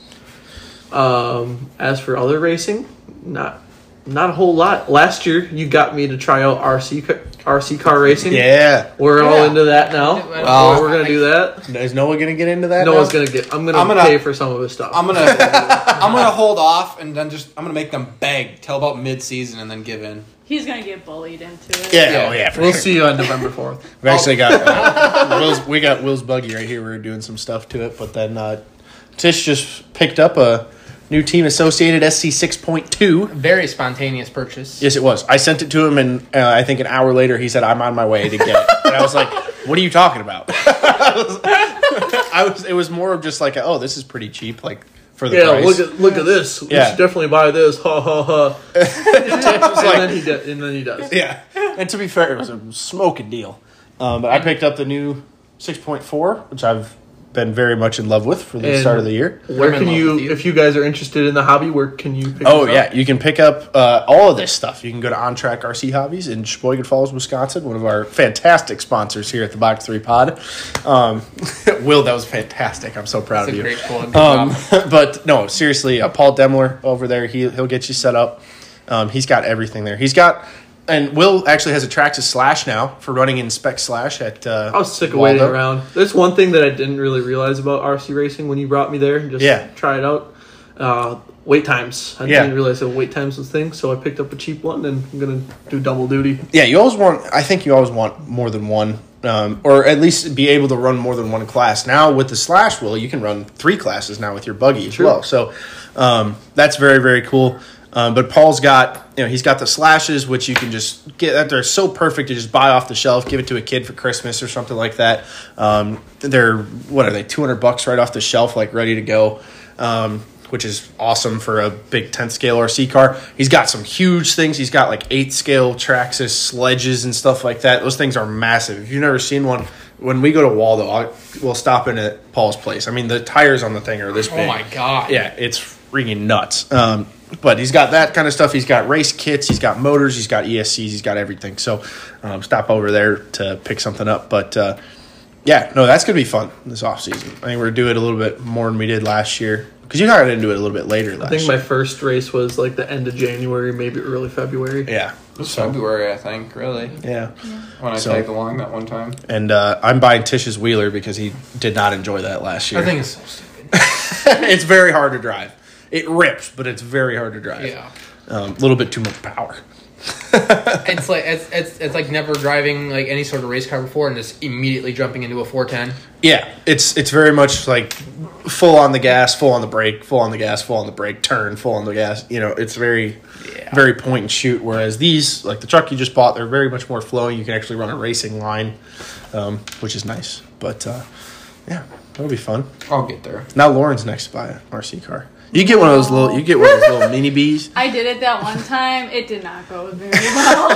Speaker 5: Um, as for other racing, not not a whole lot. Last year, you got me to try out RC ca- RC car racing.
Speaker 6: Yeah.
Speaker 5: we're all into that now.
Speaker 8: Uh,
Speaker 6: Well,
Speaker 5: we're gonna do that.
Speaker 6: Is Noah gonna get into that?
Speaker 5: No one's
Speaker 6: now?
Speaker 5: gonna get. I'm gonna,
Speaker 6: I'm gonna-
Speaker 5: pay for some of his stuff.
Speaker 7: I'm gonna I'm gonna hold off and then just I'm gonna make them beg till about mid season and then give in.
Speaker 10: He's gonna get bullied into it.
Speaker 6: Yeah, oh yeah. For
Speaker 5: We'll
Speaker 6: sure.
Speaker 5: see you on November fourth.
Speaker 6: We've actually got uh, Will's, we got Will's buggy right here. We were doing some stuff to it, but then uh, Tish just picked up a new team associated SC six point two.
Speaker 8: Very spontaneous purchase.
Speaker 6: Yes, it was. I sent it to him, and uh, I think an hour later he said, "I'm on my way to get it." and I was like, "What are you talking about?" I was. It was more of just like, "Oh, this is pretty cheap." Like for the
Speaker 5: Yeah,
Speaker 6: price.
Speaker 5: look at look at this. You
Speaker 6: Yeah.
Speaker 5: should definitely buy this. Ha ha ha. and, then he de- and then he does.
Speaker 6: Yeah, and to be fair, it was a smoking deal. Um, but I picked up the new 6.4, which I've been very much in love with for the
Speaker 5: And
Speaker 6: start of the year.
Speaker 5: Where can you, if you guys are interested in the hobby, where can you? pick
Speaker 6: Oh
Speaker 5: this up?
Speaker 6: yeah, you can pick up uh, all of this stuff. You can go to On Track RC Hobbies in Sheboygan Falls, Wisconsin, one of our fantastic sponsors here at the Box Three Pod. Um, Will, that was fantastic. I'm so proud
Speaker 8: That's
Speaker 6: of
Speaker 8: a
Speaker 6: you.
Speaker 8: great plug. Good
Speaker 6: Um, but no, seriously, uh, Paul Demler over there, he he'll get you set up. Um, he's got everything there. He's got. And Will actually has a Traxxas Slash now for running in Spec Slash at. Uh,
Speaker 5: I was sick of waiting
Speaker 6: Waldo.
Speaker 5: around. There's one thing that I didn't really realize about RC racing when you brought me there and just
Speaker 6: Yeah.
Speaker 5: try it out. Uh, wait times. I
Speaker 6: Yeah.
Speaker 5: didn't realize that wait times was a thing, so I picked up a cheap one and I'm gonna do double duty.
Speaker 6: Yeah, you always want. I think you always want more than one, um, or at least be able to run more than one class. Now with the slash wheel, you can run three classes now with your buggy as
Speaker 5: True.
Speaker 6: well. So um, that's very very cool. Um, but Paul's got you know he's got the slashes which you can just get that they're so perfect to just buy off the shelf, give it to a kid for Christmas or something like that. Um, they're what are they two hundred bucks right off the shelf, like ready to go. Um, which is awesome for a big 10th scale RC car. He's got some huge things. He's got like 8 scale Traxxas sledges and stuff like that. Those things are massive. If you've never seen one, when we go to Waldo, i we'll stop in at Paul's place. I mean, the tires on the thing are this big.
Speaker 8: Oh my god.
Speaker 6: Yeah, it's freaking nuts. Um, but he's got that kind of stuff. He's got race kits. He's got motors. He's got ESCs. He's got everything. So um, stop over there to pick something up. But uh, yeah, no, that's gonna be fun this off season. I think we're gonna do it a little bit more than we did last year because you got into it a little bit later
Speaker 5: I
Speaker 6: last
Speaker 5: think
Speaker 6: year.
Speaker 5: my first race was like the end of January, maybe early February.
Speaker 6: yeah,
Speaker 7: It was February, I think, really.
Speaker 6: yeah.
Speaker 7: When I
Speaker 6: So-
Speaker 7: tagged along that one time.
Speaker 6: And uh, I'm buying Tish's Wheeler because he did not enjoy that last year.
Speaker 8: I think it's so stupid.
Speaker 6: it's very hard to drive. It rips, but it's very hard to drive.
Speaker 8: Yeah.
Speaker 6: Um, a little bit too much power.
Speaker 8: It's like it's, it's it's like never driving like any sort of race car before and just immediately jumping into a 410.
Speaker 6: Yeah, it's it's very much like full on the gas, full on the brake, full on the gas, full on the brake, turn, full on the gas. You know, it's very very point and shoot. Whereas these, like the truck you just bought, they're very much more flowing. You can actually run a racing line, um, which is nice. But uh, yeah, that'll be fun.
Speaker 7: I'll get there.
Speaker 6: Now Lauren's next to buy an RC car. You get one of those little, you get one of those little mini bees.
Speaker 10: I did it that one time. It did not go very well.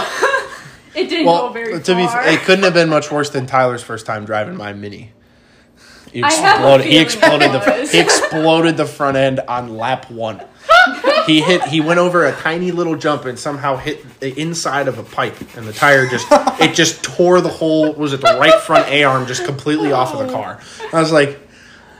Speaker 10: it didn't go Oh, very
Speaker 6: to be,
Speaker 10: far.
Speaker 6: it couldn't have been much worse than Tyler's first time driving my mini. He
Speaker 10: I have a
Speaker 6: exploded.
Speaker 10: feeling
Speaker 6: He exploded
Speaker 10: it
Speaker 6: the.
Speaker 10: was.
Speaker 6: He exploded the front end on lap one. He hit. He went over a tiny little jump and somehow hit the inside of a pipe, and the tire just. It just tore the whole. Was it the right front a arm just completely off of the car? I was like,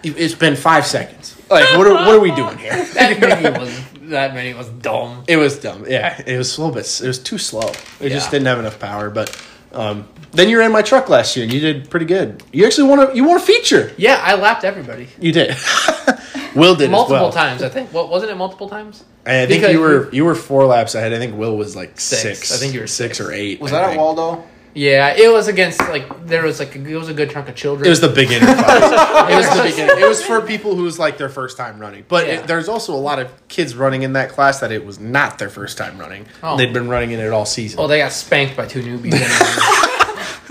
Speaker 6: it's been five seconds. Like, what are what are we doing here?
Speaker 8: That mini was that mini was dumb.
Speaker 6: It was dumb. Yeah, it was a little bit. It was too slow. It just
Speaker 8: Yeah.
Speaker 6: didn't have enough power. But um, then you ran my truck last year, and you did pretty good. You actually won a you won a feature.
Speaker 8: Yeah, I lapped everybody
Speaker 6: You did. Will did
Speaker 8: multiple
Speaker 6: as well.
Speaker 8: times. I think. What wasn't it? Multiple times.
Speaker 6: And I think
Speaker 8: Because
Speaker 6: you were you were four laps ahead. I think Will was like six.
Speaker 8: Six. I think you were
Speaker 6: six, or eight.
Speaker 7: Was
Speaker 6: I
Speaker 7: that at
Speaker 6: think.
Speaker 7: Waldo?
Speaker 8: Yeah, it was against like there was like it was a good chunk of children.
Speaker 6: It was the beginning. it was the
Speaker 8: Yes.
Speaker 6: beginning. It was for people who was like their first time running. But it, there's also a lot of kids running in that class that it was not their first time running.
Speaker 8: Oh.
Speaker 6: They'd been running in it all season.
Speaker 8: Oh, they got spanked by two newbies.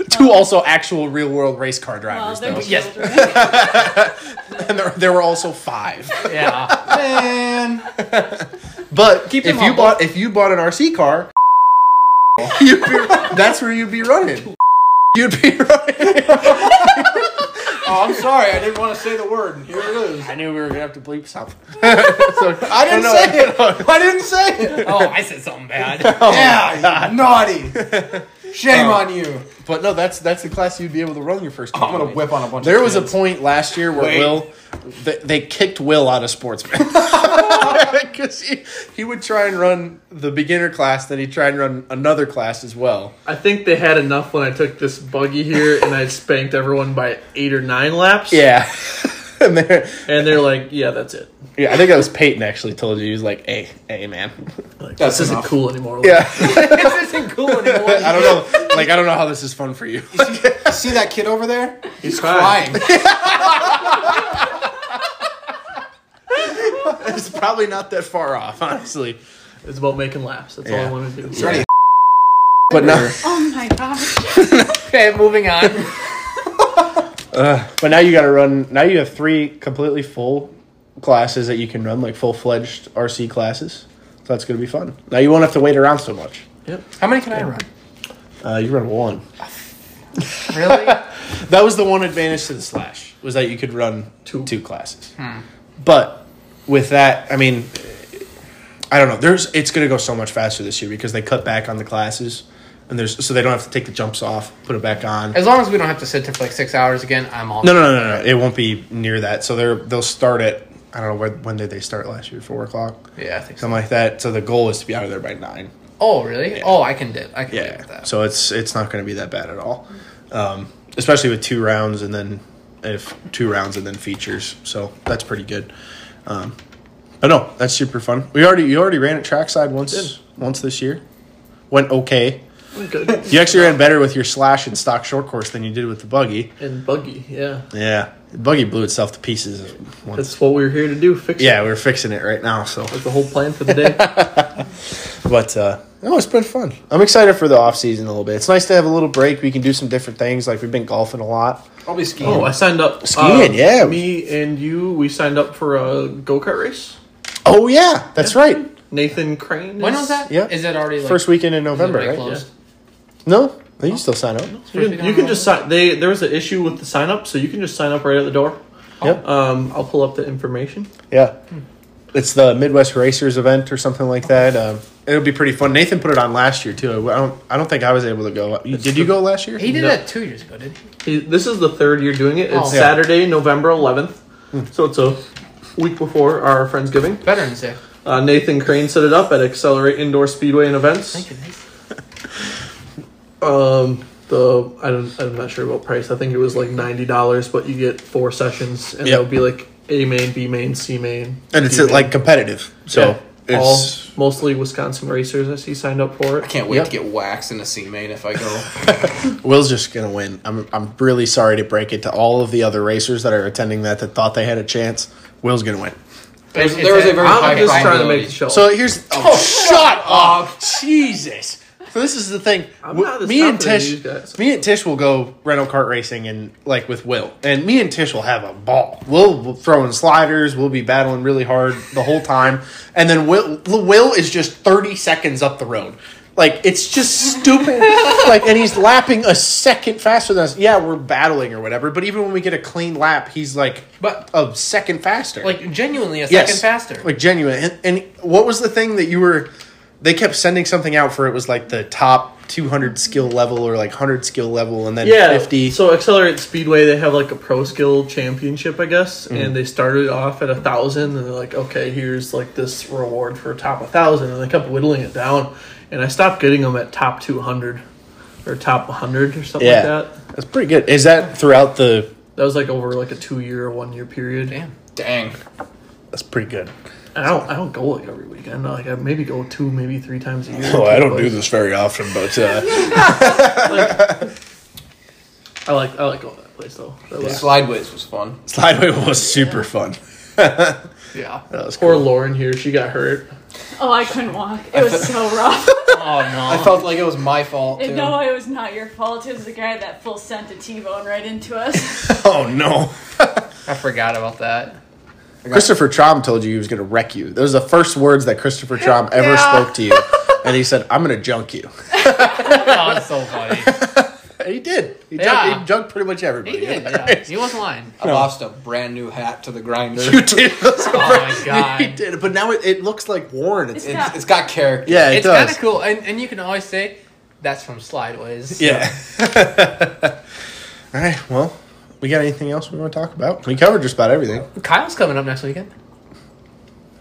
Speaker 6: Two also actual real world race car drivers
Speaker 8: they're
Speaker 6: though.
Speaker 8: Yes.
Speaker 6: and there, there were also five.
Speaker 8: yeah.
Speaker 7: Man.
Speaker 6: But
Speaker 7: Keep
Speaker 6: if
Speaker 7: him
Speaker 6: you
Speaker 7: humble.
Speaker 6: bought if you bought an RC car, you'd be, that's where you'd be running. You'd be
Speaker 7: Oh, I'm sorry. I didn't want to say the word. and Here it is.
Speaker 6: I knew we were gonna have to bleep something.
Speaker 7: I didn't
Speaker 6: Oh, no.
Speaker 7: say it. I didn't say it.
Speaker 8: Oh, I said something bad.
Speaker 7: yeah, you naughty. Shame on you.
Speaker 6: But no, that's that's the class you'd be able to run your first.
Speaker 7: I'm gonna whip on a bunch.
Speaker 6: There
Speaker 7: of
Speaker 6: was a
Speaker 7: kids.
Speaker 6: point last year where
Speaker 7: Wait.
Speaker 6: Will, they, they kicked Will out of sportsman because he, he would try and run the beginner class, then he'd try and run another class as well.
Speaker 5: I think they had enough when I took this buggy here and I spanked everyone by eight or nine laps.
Speaker 6: Yeah, and there,
Speaker 5: And they're like, yeah, that's it.
Speaker 6: yeah, I think that was Peyton actually told you he was like, "Hey, hey, man,
Speaker 5: Like,
Speaker 7: That's
Speaker 5: this
Speaker 7: enough.
Speaker 5: isn't cool anymore.
Speaker 6: yeah."
Speaker 8: this isn't cool anymore.
Speaker 6: I don't know, like I don't know how this is fun for you.
Speaker 7: You see that kid over there?
Speaker 5: He's
Speaker 7: Crying.
Speaker 6: it's probably not that far off, honestly.
Speaker 5: It's about making laps. That's all
Speaker 6: Yeah.
Speaker 5: I want to do.
Speaker 7: Ready?
Speaker 6: But no,
Speaker 10: Oh my gosh.
Speaker 8: Okay, moving on.
Speaker 6: but now you got to run. Now you have three completely full classes that you can run, like full fledged RC classes. So that's gonna be fun. Now you won't have to wait around so much.
Speaker 7: How many can I run?
Speaker 6: Uh, you run one.
Speaker 8: Really?
Speaker 6: That was the one advantage to the slash was that you could run two, classes.
Speaker 8: Hmm.
Speaker 6: But with that, I mean, I don't know. There's it's going to go so much faster this year because they cut back on the classes, and there's so they don't have to take the jumps off, put it back on.
Speaker 8: As long as we don't have to sit there for like six hours again, I'm all.
Speaker 6: No, no, no, no, no. It won't be near that. So they're they'll start at I don't know when, when did they start last year? Four o'clock,
Speaker 8: Yeah, I think so.
Speaker 6: something like that. So the goal is to be out of there by nine.
Speaker 8: Oh, really? Oh, I can dip. I can dip
Speaker 6: Yeah.
Speaker 8: with that.
Speaker 6: So it's it's not going to be that bad at all, um, especially with two rounds and then if two rounds and then features. So that's pretty good. Um, but no, that's super fun. We already you already ran at trackside once once this year. Went okay.
Speaker 5: Good.
Speaker 6: You actually ran better with your slash and stock short course than you did with the buggy.
Speaker 5: And buggy, yeah.
Speaker 6: Yeah, the buggy blew itself to pieces. Once.
Speaker 5: That's what we were here to do. Fix it.
Speaker 6: Yeah, we're fixing it right now. So,
Speaker 5: That's the whole plan for the day.
Speaker 6: but uh, no, it's been fun. I'm excited for the off season a little bit. It's nice to have a little break. We can do some different things. Like we've been golfing a lot.
Speaker 7: I'll be skiing.
Speaker 5: oh, I signed up.
Speaker 6: Skiing, yeah.
Speaker 5: Me and you, we signed up for a go kart race.
Speaker 6: Oh yeah, that's right.
Speaker 5: Nathan Crane.
Speaker 8: when
Speaker 5: is-
Speaker 8: was that? Is
Speaker 6: Yeah.
Speaker 8: it already like,
Speaker 6: First weekend in
Speaker 8: is it already
Speaker 6: November, right?
Speaker 8: closed?
Speaker 6: No, you can still sign up.
Speaker 5: You can, you can just sign. They there was an issue with the sign up, so you can just sign up right at the door.
Speaker 6: Yep.
Speaker 5: Um, I'll pull up the information.
Speaker 6: Yeah, it's the Midwest Racers event or something like that. Um, it'll be pretty fun. Nathan put it on last year too. I don't. I don't think I was able to go. You- Did you go last year?
Speaker 8: He did
Speaker 5: No.
Speaker 8: that two years ago, didn't he?
Speaker 5: He- This is the third year doing it. It's
Speaker 8: Oh. Yeah.
Speaker 5: Saturday, November 11th,
Speaker 6: Hmm.
Speaker 5: so it's a week before our friendsgiving.
Speaker 8: Veterans Day.
Speaker 5: Uh, Nathan Crane set it up at Accelerate Indoor Speedway and Events.
Speaker 8: Thank you, Nathan.
Speaker 5: Um, the I don't, I'm not sure about price. I think it was like ninety dollars, but you get four sessions, and
Speaker 6: Yep.
Speaker 5: it'll be like A main, B main, C main,
Speaker 6: And it's
Speaker 5: D main.
Speaker 6: like competitive. So
Speaker 5: Yeah.
Speaker 6: it's
Speaker 5: all mostly Wisconsin racers. I see signed up for it.
Speaker 7: I can't wait to get waxed in a C main if I go.
Speaker 6: Will's just gonna win. I'm I'm really sorry to break it to all of the other racers that are attending that that thought they had a chance. Will's gonna win.
Speaker 7: There was,
Speaker 8: It's-
Speaker 7: there was a
Speaker 8: it's-
Speaker 7: very high
Speaker 5: I'm just trying to
Speaker 7: probability.
Speaker 5: make the show.
Speaker 6: So here's oh, shut up, Jesus. So this is the thing. W-
Speaker 5: not as
Speaker 6: Me and
Speaker 5: confident as
Speaker 6: Tish,
Speaker 5: you guys.
Speaker 6: me and Tish will go rental kart racing and like with Will, and me and Tish will have a ball. We'll, we'll throw in sliders. We'll be battling really hard the whole time, and then Will Will is just thirty seconds up the road. Like it's just stupid. like and he's lapping a second faster than us. Yeah, we're battling or whatever. But even when we get a clean lap, he's like
Speaker 8: But-
Speaker 6: a second faster
Speaker 8: Like genuinely a second faster.
Speaker 6: like genuine. And, and what was the thing that you were? They kept sending something out for it was like the top 200 skill level or like 100 skill level, and then
Speaker 5: yeah,
Speaker 6: 50.
Speaker 5: So Accelerate Speedway, they have like a pro skill championship, I guess,
Speaker 6: Mm-hmm.
Speaker 5: and they started off at a thousand, and they're like, okay, here's like this reward for top a thousand, and they kept whittling it down, and I stopped getting them at top two hundred or top one hundred or something
Speaker 6: yeah,
Speaker 5: like that.
Speaker 6: that's pretty good. Is that throughout the?
Speaker 5: That was like over like a two year or one year period.
Speaker 8: Damn.
Speaker 7: Dang.
Speaker 6: That's pretty good.
Speaker 12: And I don't I don't go like every weekend. Like I maybe go two, maybe three times a year.
Speaker 6: Oh, I don't do
Speaker 12: But
Speaker 6: this very often, but uh,
Speaker 12: I like I like going to that place though. That was-
Speaker 13: Slideways was fun.
Speaker 6: Slideway was super fun.
Speaker 12: Yeah.
Speaker 6: That was
Speaker 12: Poor Lauren here, she got hurt.
Speaker 10: Oh, I couldn't walk. It was so rough.
Speaker 13: Oh no! I felt like it was my fault too.
Speaker 10: And no, it was not your fault. It was the guy that full sent a T-bone right into us.
Speaker 6: Oh no!
Speaker 8: I forgot about that.
Speaker 5: Christopher Trom told you he was going to wreck you. Those are the first words that Christopher Trom ever spoke to you, and he said, "I'm going to junk you."
Speaker 8: Oh, it's so funny.
Speaker 5: And he did. He,
Speaker 8: Yeah.
Speaker 5: junked, he junked pretty much everybody.
Speaker 8: He did. Yeah. He wasn't lying.
Speaker 13: I lost a brand new hat to the grinder.
Speaker 5: You did. oh
Speaker 8: my God.
Speaker 5: He did. But now it, it looks like worn. It's,
Speaker 13: It's, it's got character.
Speaker 5: yeah, it
Speaker 8: it's kind
Speaker 5: does.
Speaker 8: of cool, and, and you can always say that's from Slideways.
Speaker 5: Yeah. All right. Well, we got anything else we want to talk about? We covered just about everything.
Speaker 8: Kyle's coming up next weekend.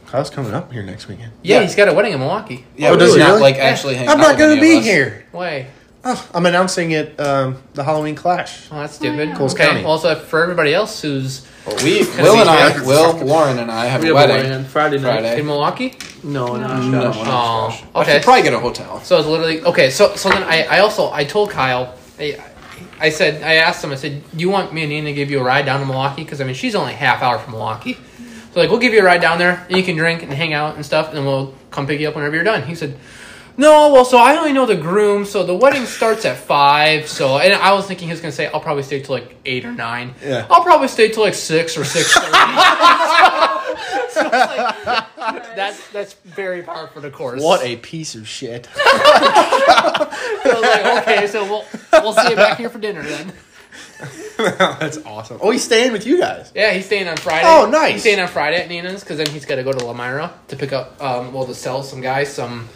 Speaker 5: Kyle's coming up here next weekend.
Speaker 8: Yeah,
Speaker 13: Yeah.
Speaker 8: he's got a wedding in Milwaukee.
Speaker 13: Yeah,
Speaker 5: Oh,
Speaker 13: but
Speaker 5: does
Speaker 13: he's
Speaker 5: he
Speaker 13: not
Speaker 5: really?
Speaker 13: like actually hanging.
Speaker 5: I'm
Speaker 13: out
Speaker 5: not
Speaker 13: with
Speaker 5: going to
Speaker 13: any of
Speaker 5: be
Speaker 13: us.
Speaker 5: here.
Speaker 8: Way.
Speaker 5: Oh, I'm announcing it. Um, the Halloween Clash.
Speaker 8: Oh, that's stupid.
Speaker 5: Coles
Speaker 8: okay.
Speaker 5: County.
Speaker 8: Also, for everybody else who's
Speaker 13: We Will and I, Will Warren and I have,
Speaker 12: We
Speaker 13: a
Speaker 12: have
Speaker 13: wedding.
Speaker 12: a wedding on Friday night.
Speaker 13: Friday.
Speaker 8: in Milwaukee,
Speaker 12: No, no.
Speaker 13: No,
Speaker 8: oh,
Speaker 13: I
Speaker 8: okay.
Speaker 13: should probably get a hotel.
Speaker 8: So it's literally okay. So so then I, I also I told Kyle I, I said I asked him I said "Do you want me and Nina to give you a ride down to Milwaukee because I mean she's only half hour from Milwaukee, so like we'll give you a ride down there and you can drink and hang out and stuff and then we'll come pick you up whenever you're done. He said. No, well, so I only know the groom, so the wedding starts at five. So, and I was thinking he was gonna say I'll probably stay till like eight or nine.
Speaker 5: Yeah.
Speaker 8: I'll probably stay till like six or six thirty. so, so it's like, that's that's very par for the course.
Speaker 5: What a piece of shit.
Speaker 8: I was like, okay, so we'll we'll see you back here for dinner then.
Speaker 5: That's awesome. Oh, he's staying with you guys.
Speaker 8: Yeah, he's staying on Friday.
Speaker 5: Oh, nice.
Speaker 8: He's staying on Friday at Nina's because then he's got to go to Lamira to pick up, um, well, to sell some guys some.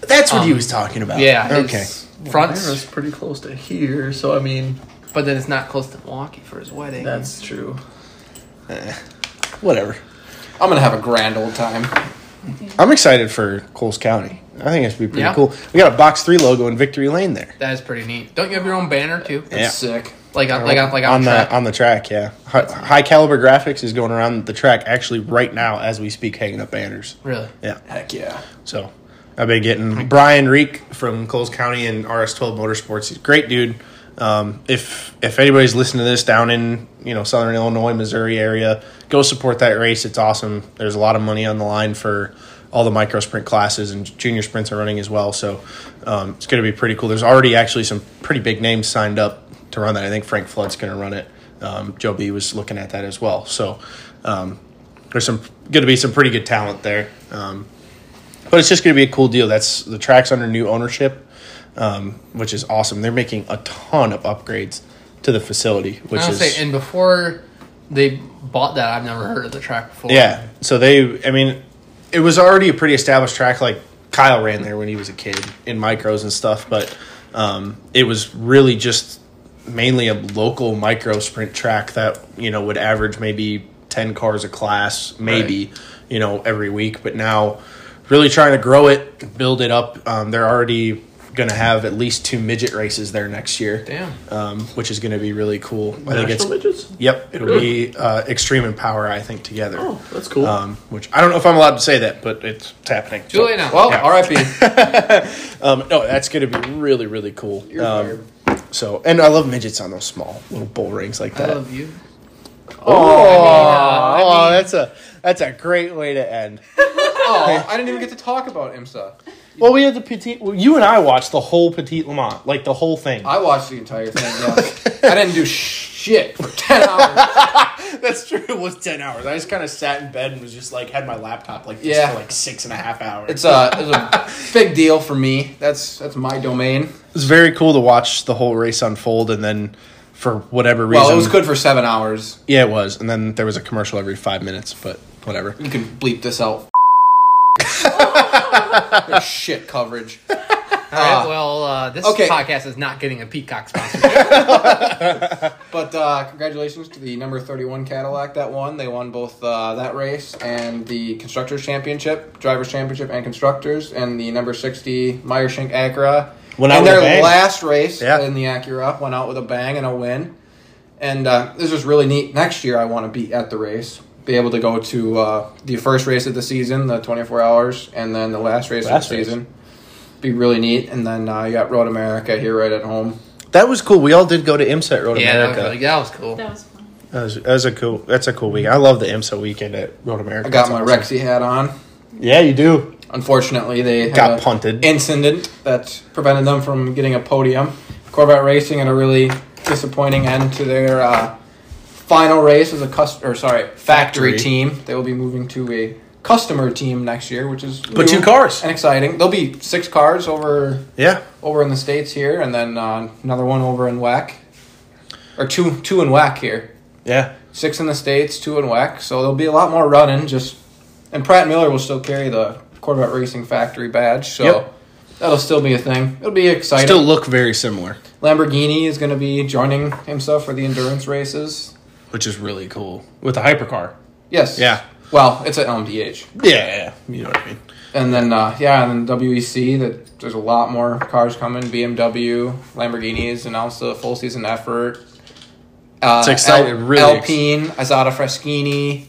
Speaker 5: That's what he
Speaker 8: Um,
Speaker 5: was talking about.
Speaker 8: Yeah.
Speaker 5: Okay.
Speaker 8: his Fronts,
Speaker 12: It's pretty close to here, so I mean
Speaker 8: but then it's not close to Milwaukee for his wedding.
Speaker 12: that's true.
Speaker 5: Whatever.
Speaker 13: I'm gonna have a grand old time.
Speaker 5: I'm excited for Coles County. I think it's gonna be pretty
Speaker 8: Yeah.
Speaker 5: cool. We got a box three logo in Victory Lane there.
Speaker 8: That is pretty neat. Don't you have your own banner too?
Speaker 5: Yeah.
Speaker 13: It's sick.
Speaker 8: Like on, like on, like
Speaker 5: on
Speaker 8: on,
Speaker 5: the
Speaker 8: track.
Speaker 5: on the track, yeah. High, high caliber graphics is going around the track actually right now as we speak, hanging up banners.
Speaker 8: Really?
Speaker 5: Yeah.
Speaker 13: Heck yeah.
Speaker 5: So I've been getting Brian Reek from Coles County and RS12 Motorsports. He's a great dude. Um, if if anybody's listening to this down in you know Southern Illinois, Missouri area, go support that race. It's awesome. There's a lot of money on the line for all the micro sprint classes and junior sprints are running as well. So um, it's going to be pretty cool. There's already actually some pretty big names signed up to run that. I think Frank Flood's going to run it. Um, Joe B was looking at that as well. So um, there's some going to be some pretty good talent there. Um, but it's just going to be a cool deal. That's the track's under new ownership, um, which is awesome. They're making a ton of upgrades to the facility, which
Speaker 8: I don't
Speaker 5: is
Speaker 8: say. And before they bought that, I've never heard of the track before.
Speaker 5: yeah. So they, I mean, it was already a pretty established track. Like Kyle ran there when he was a kid in micros and stuff, but um, it was really just mainly a local micro sprint track that you know would average maybe ten cars a class, maybe you know every week. But now, really trying to grow it, build it up. Um, they're already going to have at least two midget races there next year.
Speaker 8: Damn.
Speaker 5: Um, which is going to be really cool. I think it's
Speaker 12: National midgets?
Speaker 5: Yep, it'll be uh, Extreme and Power, I think, together.
Speaker 12: Oh, that's cool.
Speaker 5: Um, which I don't know if I'm allowed to say that, but it's, it's happening.
Speaker 8: Too late now.
Speaker 13: Well, R.I.P.
Speaker 5: Um, no, that's going to be really, really cool. Um, so, and I love midgets on those small little bull rings like
Speaker 8: I
Speaker 5: that.
Speaker 8: love you.
Speaker 5: oh, that's a that's a great way to end.
Speaker 13: oh, I didn't even get to talk about IMSA.
Speaker 5: Well, we had the petite. Well, you and I watched the whole Petite Lamont, like the whole thing.
Speaker 13: I watched the entire thing. Yeah. I didn't do shit for ten hours.
Speaker 5: that's true. It was ten hours. I just kind of sat in bed and was just like had my laptop like
Speaker 13: this Yeah. for, like,
Speaker 5: six and a half hours.
Speaker 13: It's a, it's a big deal for me. That's that's my domain.
Speaker 5: It was very cool to watch the whole race unfold, and then for whatever reason,
Speaker 13: Well, it was good for seven hours.
Speaker 5: Yeah, it was, and then there was a commercial every five minutes, but whatever.
Speaker 13: You can bleep this out. There's shit coverage.
Speaker 8: All right. Well, uh, this
Speaker 13: okay.
Speaker 8: podcast is not getting a Peacock sponsor.
Speaker 13: But uh, congratulations to the number 31 Cadillac that won. They won both uh, that race and the Constructors Championship, Drivers Championship, and Constructors, and the number 60 Meyershink Acura.
Speaker 5: Went out
Speaker 13: and
Speaker 5: with a
Speaker 13: their
Speaker 5: bang.
Speaker 13: last race
Speaker 5: Yeah.
Speaker 13: in the Acura went out with a bang and a win. And uh, this was really neat. Next year, I want to be at the race.
Speaker 8: be able to go to uh, the first race of the season, the 24 hours, and then the last race
Speaker 5: Last
Speaker 8: of the
Speaker 5: race.
Speaker 8: season. Be really neat. And then uh, you got Road America here right at home.
Speaker 5: That was cool. We all did go to IMSA at Road
Speaker 8: Yeah, that was
Speaker 5: America.
Speaker 8: really-
Speaker 3: that was cool.
Speaker 10: That was fun.
Speaker 5: That was, that was a cool. That's a cool week. I love the IMSA weekend at Road America.
Speaker 8: I got my
Speaker 5: That's awesome.
Speaker 8: Rexy hat on.
Speaker 5: Yeah, you do.
Speaker 8: Unfortunately, they had
Speaker 5: Got
Speaker 8: a
Speaker 5: punted.
Speaker 8: Incident that prevented them from getting a podium. Corvette Racing and a really disappointing end to their uh, final race as a cust- or sorry factory,
Speaker 5: Factory.
Speaker 8: team. They will be moving to a customer team next year, which is
Speaker 5: But
Speaker 8: new
Speaker 5: two cars.
Speaker 8: and exciting. There'll be six cars over
Speaker 5: Yeah.
Speaker 8: over in the states here, and then uh, another one over in WAC, or two two in WAC here.
Speaker 5: Yeah.
Speaker 8: Six in the states, two in WAC. So there'll be a lot more running. Just and Pratt Miller will still carry the Corvette Racing Factory badge, so
Speaker 5: Yep.
Speaker 8: that'll still be a thing. It'll be exciting.
Speaker 5: Still look very similar,
Speaker 8: Lamborghini is going to be joining himself for the endurance races.
Speaker 5: which is really cool with the hypercar.
Speaker 8: Yes.
Speaker 5: Yeah.
Speaker 8: Well, it's at LMDH.
Speaker 5: Yeah. yeah. You know what I mean.
Speaker 8: And then, uh, yeah, and then WEC, that there's a lot more cars coming. BMW, Lamborghinis announced a full season effort. Uh,
Speaker 5: It's exciting,
Speaker 8: Al-
Speaker 5: really ex- Mm-hmm.
Speaker 8: Alpine, Azada Freschini.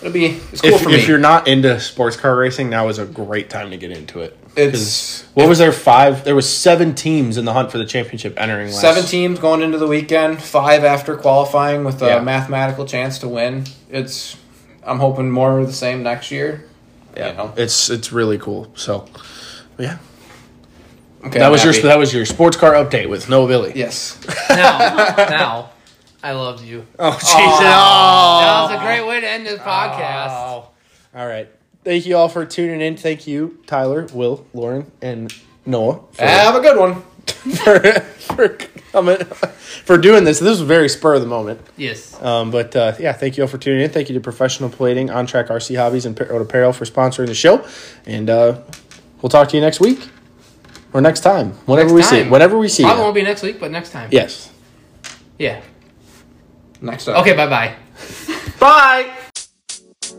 Speaker 8: It'll be it's cool
Speaker 5: if,
Speaker 8: for
Speaker 5: if
Speaker 8: me.
Speaker 5: you're not into sports car racing, now is a great time to get into it.
Speaker 8: It's-
Speaker 5: 'Cause what was there five? There was seven teams in the hunt for the championship entering last.
Speaker 8: Seven teams going into the weekend, five after qualifying with a
Speaker 5: Yeah.
Speaker 8: mathematical chance to win. It's I'm hoping more of the same next year. Yeah.
Speaker 5: It's it's really cool. So, yeah,
Speaker 8: Okay.
Speaker 5: that
Speaker 8: I'm
Speaker 5: was your
Speaker 8: happy.
Speaker 5: that was your sports car update with Noah Billy.
Speaker 8: Yes.
Speaker 3: Now, now, I loved you.
Speaker 5: Oh Jesus!
Speaker 3: That was a great way to end this podcast.
Speaker 5: All right. Thank you all for tuning in. Thank you, Tyler, Will, Lauren, and Noah for,
Speaker 8: Have a good one.
Speaker 5: for, for coming for doing this. This was very spur of the moment.
Speaker 3: Yes.
Speaker 5: Um, but uh, yeah, thank you all for tuning in. Thank you to Professional Plating, On Track RC Hobbies, and Pit Road Apparel for sponsoring the show. And uh, we'll talk to you next week or next time,
Speaker 3: Next
Speaker 5: whenever we see
Speaker 3: time.
Speaker 5: it. Whenever we see
Speaker 3: Probably
Speaker 5: it.
Speaker 3: won't be next week, but next time.
Speaker 5: Yes.
Speaker 3: Yeah.
Speaker 8: Next up.
Speaker 3: Okay, bye bye.
Speaker 5: Bye.